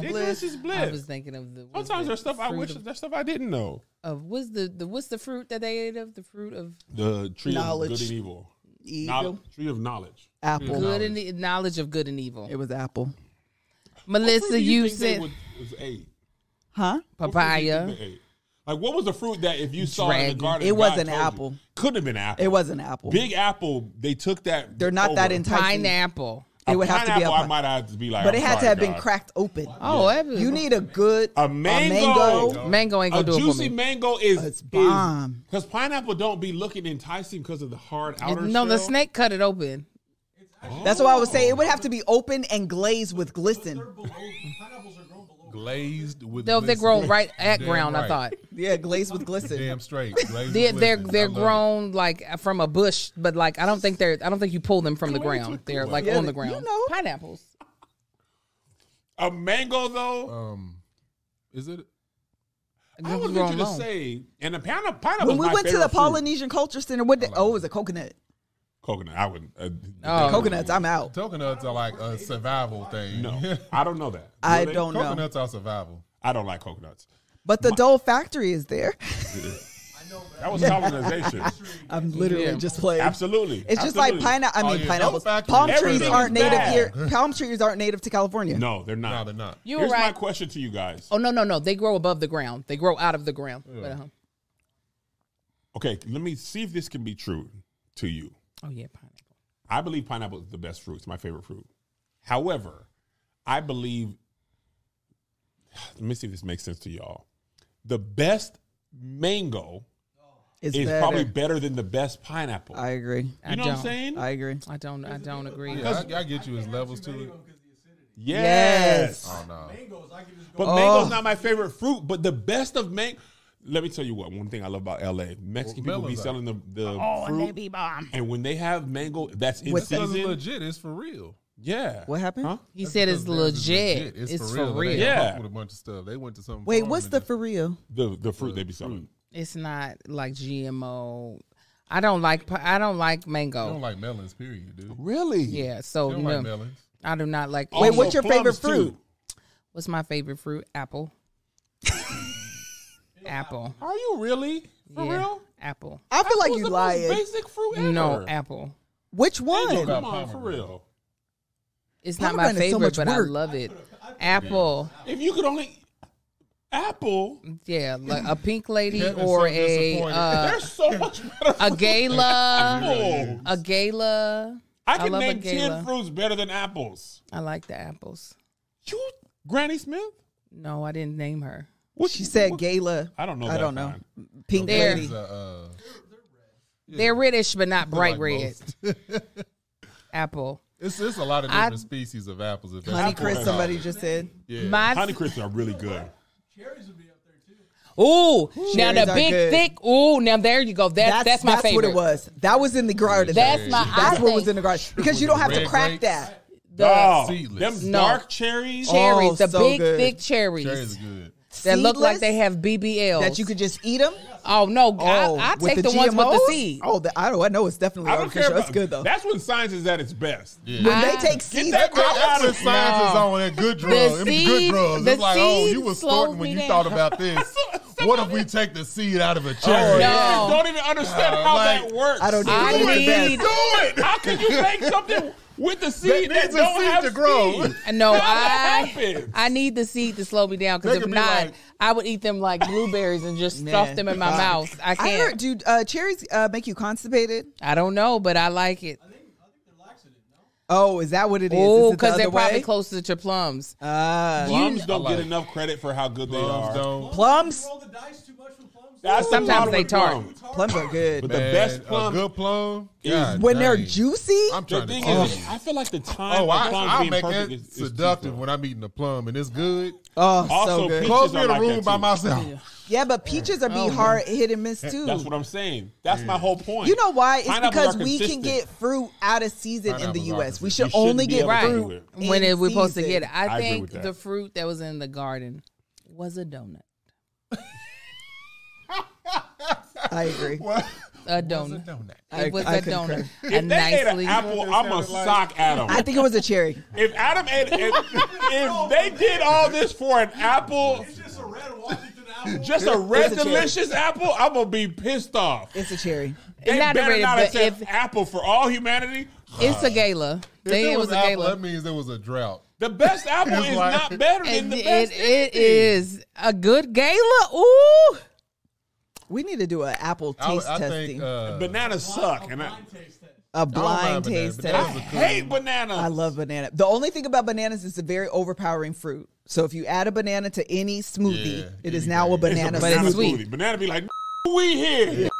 B: Ignorance is
A: I was
B: bliss.
A: thinking of the. what's
B: Sometimes
A: the
B: there's stuff I
A: fruit
B: wish
A: of,
B: there's stuff I didn't know.
A: of what's the, the what's the fruit that they ate of the fruit of
B: The tree
C: Knowledge.
B: of good and evil.
C: Eagle.
B: Knowledge, tree of knowledge.
C: Apple.
A: good and e- knowledge of good and evil.
C: It was apple.
B: What
A: Melissa,
B: do
A: you,
B: think they
A: said
B: would- was ate?
C: Huh?
B: What fruit do you think
A: papaya.
B: they ate? Like what was the fruit that if you saw in
A: Dragon.
B: the garden?
C: It
B: God
C: wasn't
B: told you?
C: apple.
B: Couldn't have been apple.
C: It was an apple.
B: Big apple. They took that.
C: They're not that
B: over.
C: enticing.
A: pineapple.
B: A
C: It would have to be a
B: pineapple, I
C: pine-
B: might have to be like,
C: But
B: I'm
C: it had to
B: sorry,
C: have been
B: God.
C: cracked open.
A: Oh, that was-
C: You need a good
B: A mango.
C: mango.
A: mango ain't
B: A
A: gonna do it for
B: juicy
A: me.
B: mango is
C: Oh, It's bomb.
B: Because pineapple don't be looking enticing because of the hard outer.
A: no, the
B: shell.
A: snake cut it open.
B: Oh.
C: That's why I would say it would have to be open and glazed with glisten.
D: glazed with.
A: Though they're
D: glisten.
A: grown right at
D: Damn
A: ground. I
D: right.
A: thought
C: Yeah, glazed with glisten.
D: Damn straight. Glazed
A: they're
D: with
A: they're,
D: glisten.
A: they're
D: I love
A: grown like from a bush, but like I don't think they're I don't think you pull them from the ground. They're like
C: Yeah,
A: on the
C: you
A: ground.
C: know.
A: Pineapples.
B: A mango
D: it.
A: Uh,
B: though,
D: Um, is it?
B: I would
A: Grown
B: want you to
A: alone.
B: say, and a pound of pineapple.
C: When
B: is
C: we
B: my
C: went to
B: favorite
C: the
B: fruit.
C: Polynesian Culture Center, what did, oh, it was a coconut.
B: coconut, I would. Uh,
A: Oh.
C: Coconuts, I'm out.
D: Coconuts are like a survival thing.
B: No, I don't know that. Do
C: I
B: they?
C: don't know.
D: coconuts are survival.
B: I don't like coconuts.
C: But the Dole factory is there.
B: That was colonization.
C: I'm literally
A: Yeah.
C: just playing.
B: Absolutely.
C: It's just
B: Absolutely.
C: like pineapple. I
D: Oh,
C: mean,
D: yeah,
C: pineapples.
D: Dole factory.
C: Palm trees
B: Everything
C: aren't
B: is
C: native
B: bad.
C: here. Palm trees aren't native to California.
B: No, they're not.
D: No, they're not.
A: You were
B: Here's my
A: right.
B: question to you guys.
A: Oh no no no! They grow above the ground. um, They grow out of the ground. But, uh,
B: Okay, let me see if this can be true. to you.
A: Oh yeah, pineapple.
B: I believe pineapple is the best fruit. It's my favorite fruit. However, I believe. Let me see if this makes sense to y'all. The best mango
C: It's
B: is
C: better.
B: probably better than the best pineapple.
C: I
B: you
C: agree.
B: know what I'm
A: don't.
B: saying?
C: I agree.
A: I don't. I don't agree.
D: Yeah, I, I get you as levels to it.
B: yes. Uh-huh.
D: Oh no.
B: But
C: Oh.
B: mango's not my favorite fruit. But the best of mango. Let me tell you what. One thing I love about LA: Mexican
D: Well,
B: people be
D: melons are- Oh,
B: selling the the fruit, and, when they have mango that's in
C: What's that?
D: Because it's
B: season,
D: legit. It's for real.
B: yeah.
C: What happened?
B: Huh?
A: He said it's
D: Because theirs is
A: legit. It's, for real.
D: They
B: Yeah.
D: fuck With a bunch of stuff. They went to some.
C: Wait,
D: farm
C: what's
D: and
C: the
D: just-
C: for real?
B: The the fruit they be selling.
A: It's not like GMO. I don't like. pi- I don't like
D: I
A: mango.
D: don't like melons. Period, dude.
B: Really?
A: yeah. So
D: I don't
A: no,
D: like melons.
A: I do not like.
C: Wait, what's
B: Also
C: your favorite
B: plums,
C: fruit?
B: too.
A: What's my favorite fruit? Apple. apple.
B: Are you really? For
A: Yeah,
B: real?
A: Apple.
C: I feel like
B: Apple's
C: you
B: the most
C: lying.
B: Basic fruit ever.
A: No, apple.
C: Which
B: Angel,
C: one?
B: come on,
D: What about
B: for
D: pomegranate?
B: real.
A: It's not my
C: Pomegranate is so
A: favorite,
C: much
A: but I
C: work.
A: love it. Apple.
B: If you could only apple,
A: Yeah, like a pink lady
D: Kevin's
A: or
D: so
A: a
D: disappointed.
A: uh,
B: there's so much better.
A: a
B: fruit than
A: gala.
B: apples.
A: A gala.
B: I can
A: love a
B: name
A: gala.
B: ten fruits better than apples.
A: I like the apples.
B: You, Granny Smith?
A: No, I didn't name her.
B: What
C: She said Gala.
B: I don't know.
C: I
B: that
C: don't know.
B: kind.
C: Pink
A: There.
C: lady.
D: It's a, uh,
A: They're reddish, but not bright
D: like
A: red.
D: most.
A: Apple.
D: It's it's a lot of
A: I-
D: different species of apples. If
C: Honey
D: that's
B: Apple.
C: Chris, somebody just said.
D: yeah.
A: My
B: Honey crisps are really good.
A: ooh, now
C: Cherries
A: the
C: are
A: big
C: good.
A: thick. Ooh, now there you go. That's that's, my favorite.
C: what it was. That was in the garden.
A: That's my- I
C: That's what was
A: think-
C: in the garden because you don't have to
D: Red
C: crack
D: grapes.
C: that.
A: The
B: Oh,
D: Seedless.
B: them
A: No.
B: dark cherries.
A: cherries,
C: Oh,
A: the
C: so
A: big
C: good.
A: thick cherries,
D: cherries are good.
A: that look like
C: Seedless?
A: they have BBLs.
C: that you could just eat them.
A: Oh no,
C: Oh,
A: I, I
C: with
A: take the, ones with the
C: GMOs?
A: seed.
C: Oh, the, I don't. I know it's definitely
B: I don't care.
C: artificial.
B: About,
C: That's good though.
B: That's when science is at its best.
D: Yeah.
C: when
A: I-
C: they take seeds,
B: that crap
D: That's
B: out
D: when
B: of here.
D: science is
A: No.
D: on that good drugs. Them
A: seed-
D: good drugs.
A: the
D: It's like, oh,
A: seed
D: you was
A: slowed
D: snorting when
A: me
D: you
A: down.
D: thought about this. what if we take the seed out
A: Oh,
D: of a
B: You
D: cherry?
A: No.
B: don't even understand
D: Uh,
B: how
D: like-
B: that works.
C: I don't need
A: I
C: to do
A: need-
C: that.
B: do it. How can you make something with the seed
D: needs
B: that,
D: a
B: don't
D: seed
B: have
D: to grow.
B: seed?
A: No, I
B: How that happens?
A: I need the seed to slow me down because
D: They
A: if
D: could be
A: not,
D: like-
A: I would eat them like blueberries and just
C: Nah.
A: stuff them in my mouth. I
C: I heard,
A: can't.
C: dude, uh, cherries uh, make you constipated.
A: I, don't know, but I like it.
C: Oh, is that what it
A: Oh,
C: is? Is it the
A: because they're
C: other
A: probably
C: way?
A: closer to plums.
C: Ah.
B: Plums don't
D: I like
B: get
D: it.
B: enough credit for how good
D: Plums
B: they are.
D: don't.
C: plums.
E: roll the dice too much for plums.
B: That's the
A: Sometimes
B: problem
A: they
B: with
A: tart.
B: plums.
C: Plums are good
B: But
D: Man,
B: the best
D: a
B: plum.
D: good plum
B: is-
D: God
C: when they're
D: dang.
C: juicy.
D: I'm
B: The
D: trying to
B: thing
D: tell
B: is,
D: you.
B: I feel like the time
D: Oh,
B: for
D: I,
B: plums
D: I'll
B: being
D: make
B: perfect
D: that
B: is, is too
D: seductive
B: short.
D: when I'm eating a plum and it's good.
C: oh,
B: Also,
C: so good.
B: peach-
D: Close me
B: are
D: in a
B: like
D: room
B: that
D: by
B: too.
D: myself.
C: Yeah, but peaches are
D: Oh
C: be hard hit and miss too.
B: That's what I'm saying. That's my whole point.
C: You know why? It's
B: Pineapples
C: because
B: are
C: we can
B: consistent.
C: get fruit out of season in the
D: Pineapples are
C: U.S. We
D: consistent.
C: should
B: You
C: only
B: shouldn't be
C: get
B: able to do
C: fruit.
B: it.
C: in
A: when are we supposed to
C: season.
A: get it? I,
B: I agree
A: think
B: with that.
A: the fruit that was in the garden was a donut.
C: I agree.
A: A donut.
C: I-
A: It was
C: I
A: a
C: concur.
A: donut.
B: If
A: A
B: they ate an
A: nicely.
B: apple, I'm a sock Adam.
C: I think it was a cherry.
B: If Adam ate, if, if they did all this for an apple,
E: It's just a red Washington apple.
B: just a red
C: It's a cherry.
B: delicious apple, I'm gonna be pissed off.
C: It's a cherry.
B: They
A: Not a
B: better
A: red,
B: not
A: but
B: accept
A: if-
B: apple for all humanity.
A: It's a gala.
D: If
A: They, it was a
D: apple,
A: gala.
D: that means there was a drought.
B: The best apple
D: It's
B: is
D: like-
B: not better than
A: And
B: the
A: it,
B: best.
A: it is a good gala. Ooh.
C: We need to do an apple taste
D: I, I
C: testing,
D: think uh,
B: Bananas suck, and I,
C: a
D: don't
C: blind
D: mind banana,
C: taste
D: but
B: I
D: that
C: test.
D: was a-
B: hate bananas.
C: I love banana. The only thing about bananas is a very overpowering fruit. So if you add a banana to any smoothie,
D: Yeah,
C: it is now a
D: anything.
C: banana
A: But it's
B: banana
C: smoothie.
A: sweet.
B: smoothie. Banana be like, we here.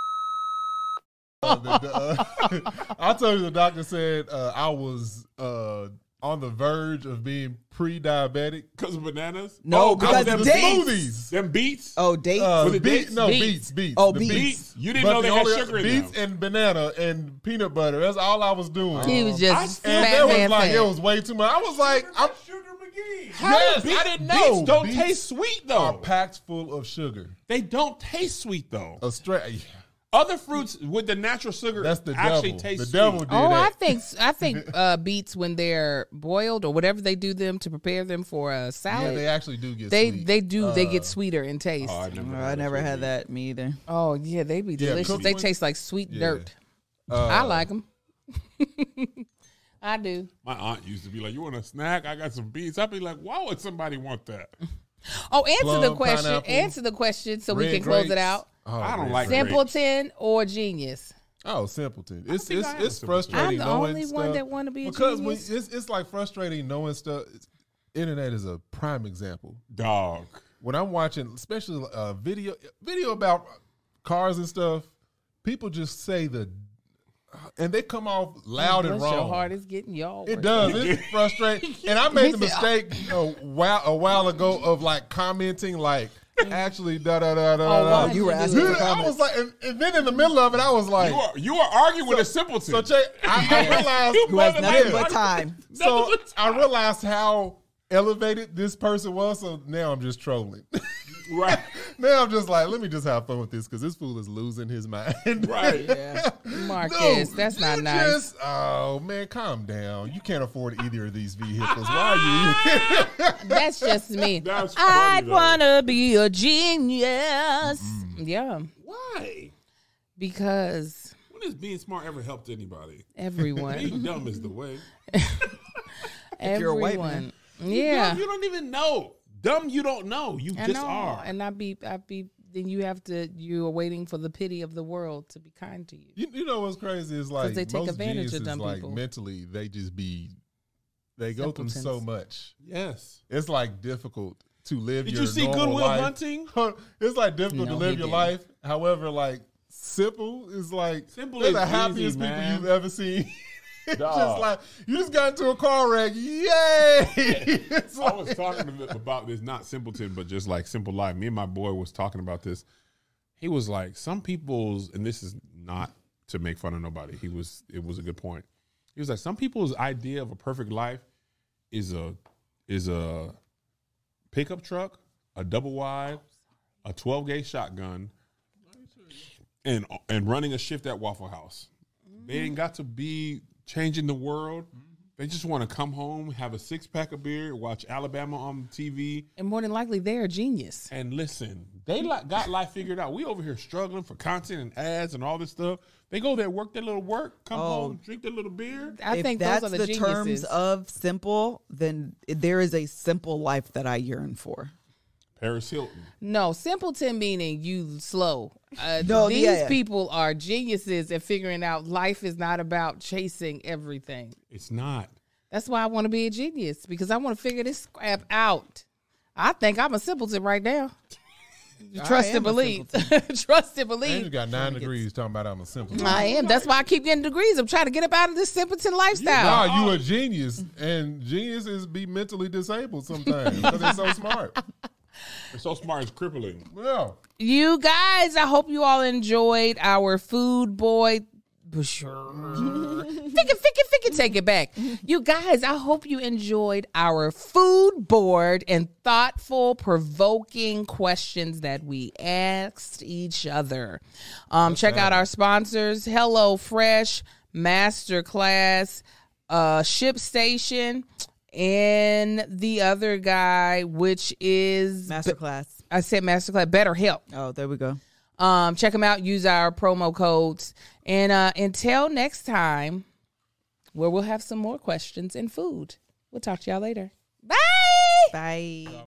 D: uh, the- the, uh, I told you the doctor said uh, I was uh, on the verge of being pre-diabetic.
B: Because of bananas?
C: No,
B: Oh, 'cause
C: because
B: of them
C: dates.
B: smoothies. Them beets?
C: Oh, dates.
D: Uh,
B: Was it
D: beet-
B: dates?
D: no
A: Beets.
D: beets, beets.
C: Oh,
D: the
C: beets.
B: You didn't
D: But
B: know they
D: the
B: had
D: only-
B: sugar in
D: beets
B: them.
D: and banana and peanut butter. That's all I was doing.
A: He was just
B: I-
D: and
A: fat
D: there was
A: man
D: like
A: fat.
D: it was way too much. I was like, I'm
E: Sugar McGee.
B: How
D: Yes,
B: do beets-
D: I didn't
B: Beets
D: know.
B: don't
D: Beets
B: taste sweet,
D: are
B: though.
D: packed full of sugar.
B: they don't taste sweet, though.
D: A straight.
B: Other fruits with the natural sugar
D: Oh. That's the
B: actually
D: devil.
B: taste
D: the
B: sweet.
D: devil did
A: Oh, I
D: that.
A: think I think uh, beets when they're boiled or whatever they do them to prepare them for a
D: yeah,
A: salad,
D: they actually do get.
A: they, they
D: sweet. Uh,
A: do they get sweeter in taste.
B: Oh,
A: Oh,
B: I never,
C: Oh, I never had that me either.
A: yeah, they be
D: Yeah,
A: delicious.
D: cooked
A: they
D: one-
A: taste like sweet
D: Yeah.
A: dirt.
D: Uh,
A: I like them. I do.
B: My aunt used to be like, you want a snack? I got some beets. I'd be like, why would somebody want that?
A: Oh, answer the
D: Plum,
A: question.
D: pineapple,
A: Answer the question so we
D: red
A: can close it
D: grapes.
A: out.
D: Oh,
B: I don't
D: red
B: like
D: grapes.
A: Simpleton or genius?
D: Oh, simpleton. It's
B: think
D: it's
B: I am a
D: it's
B: simpleton.
D: frustrating.
A: I'm the
D: knowing
A: only one
D: stuff
A: that wanna be a
D: because when-
A: genius.
D: it's it's like frustrating knowing stuff. Internet is a prime example.
B: Dog.
D: When I'm watching, especially uh, video video about cars and stuff, people just say the and they come off loud and
A: Bless
D: wrong.
A: Your heart is getting y'all.
D: It does. It's frustrating. And I made the mistake a while a while ago of like commenting like actually da da da da da.
A: wow, Oh, you
C: were asking for
D: I was
C: comments.
D: like, and, and then in the middle of it, I was like,
B: You are you are arguing with a simpleton.
D: so check. I, I realized
B: You
C: Who has
B: Brother,
C: nothing
B: like-
C: but time.
D: so I realized how elevated this person was. So now I'm just trolling.
B: right.
D: now I'm just like, let me just have fun with this because this fool is losing his mind.
B: Right.
A: Marcus, that's not
D: you
A: nice.
D: just- oh man, calm down. You can't afford either of these vehicles. Why are you?
A: That's just me.
B: That's funny,
A: I'd
B: though.
A: wanna be a genius. Yeah,
B: Why?
A: because
B: When has being smart ever helped anybody? Being
A: everyone,
B: dumb is the way.
A: everyone,
C: you're a white man.
A: yeah,
B: Dumb, you don't even know. Dumb, you don't know. You
A: I
B: just
A: know.
B: are.
A: And I be, I be. Then you have to. You are waiting for the pity of the world to be kind to you.
D: You, you know what's crazy is like
A: they take
D: most
A: advantage of
D: geniuses,
A: dumb
D: like
A: people.
D: mentally, they just be they go through so
A: Simpletons.
D: much.
B: yes.
D: It's like difficult to live.
B: Did
D: your
B: you see
D: normal
B: Goodwill
D: life.
B: Hunting?
D: it's like difficult
A: No, he
D: to live your
A: didn't.
D: life. However, like simple is like
B: Simple
D: they're
B: is
D: the
B: easy,
D: happiest people
B: man.
D: you've ever seen. It's
B: Dog.
D: just like you just got into a car wreck, yay! It's
B: I
D: like-
B: was talking to them about this, not simpleton, but just like simple life. Me and my boy was talking about this. He was like, some people's, and this is not to make fun of nobody. He was, it was a good point. He was like, some people's idea of a perfect life is a is a pickup truck, a double wide, a twelve gauge shotgun, and and running a shift at Waffle House. They ain't got to be changing the world. They just want to come home, have a six pack of beer, watch Alabama on TV,
A: And more than likely, they're a genius.
B: and listen. They like got life figured out. We over here struggling for content and ads and all this stuff. They go there, work their little work, come home, drink their little beer.
A: I
C: if
A: think
C: that's
A: those are
C: the
A: the,
C: terms
A: geniuses.
C: of simple, then there is a simple life that I yearn for.
B: Paris Hilton.
A: No, simpleton meaning you slow. Uh,
C: No,
A: these
C: yeah, yeah.
A: people are geniuses at figuring out life is not about chasing everything.
B: It's not.
A: That's why I want to be a genius because I want to figure this crap out. I think I'm a simpleton right now. Trust
C: am
A: and
C: a
A: believe. Trust and
D: Andrew
A: believe.
D: got nine degrees talking about I'm a simple.
A: I am. That's why I keep getting degrees. I'm trying to get up out of this simpleton lifestyle.
D: Nah, you a genius, and geniuses be mentally disabled sometimes because they're so smart.
B: It's so smart, it's crippling.
D: Well,
A: You guys, I hope you all enjoyed our food boy. Bashir. Fick it, fick it, fick it, take it back. You guys, I hope you enjoyed our food board and thoughtful, provoking questions that we asked each other. Um, check out our sponsors Hello Fresh, Masterclass, uh, Ship Station, and the other guy, which is
C: Masterclass.
A: I said Masterclass, Better Help.
C: Oh, there we go.
A: Um, check them out. Use our promo codes. And uh, until next time, where we'll have some more questions and food. We'll talk to y'all later. Bye.
C: Bye.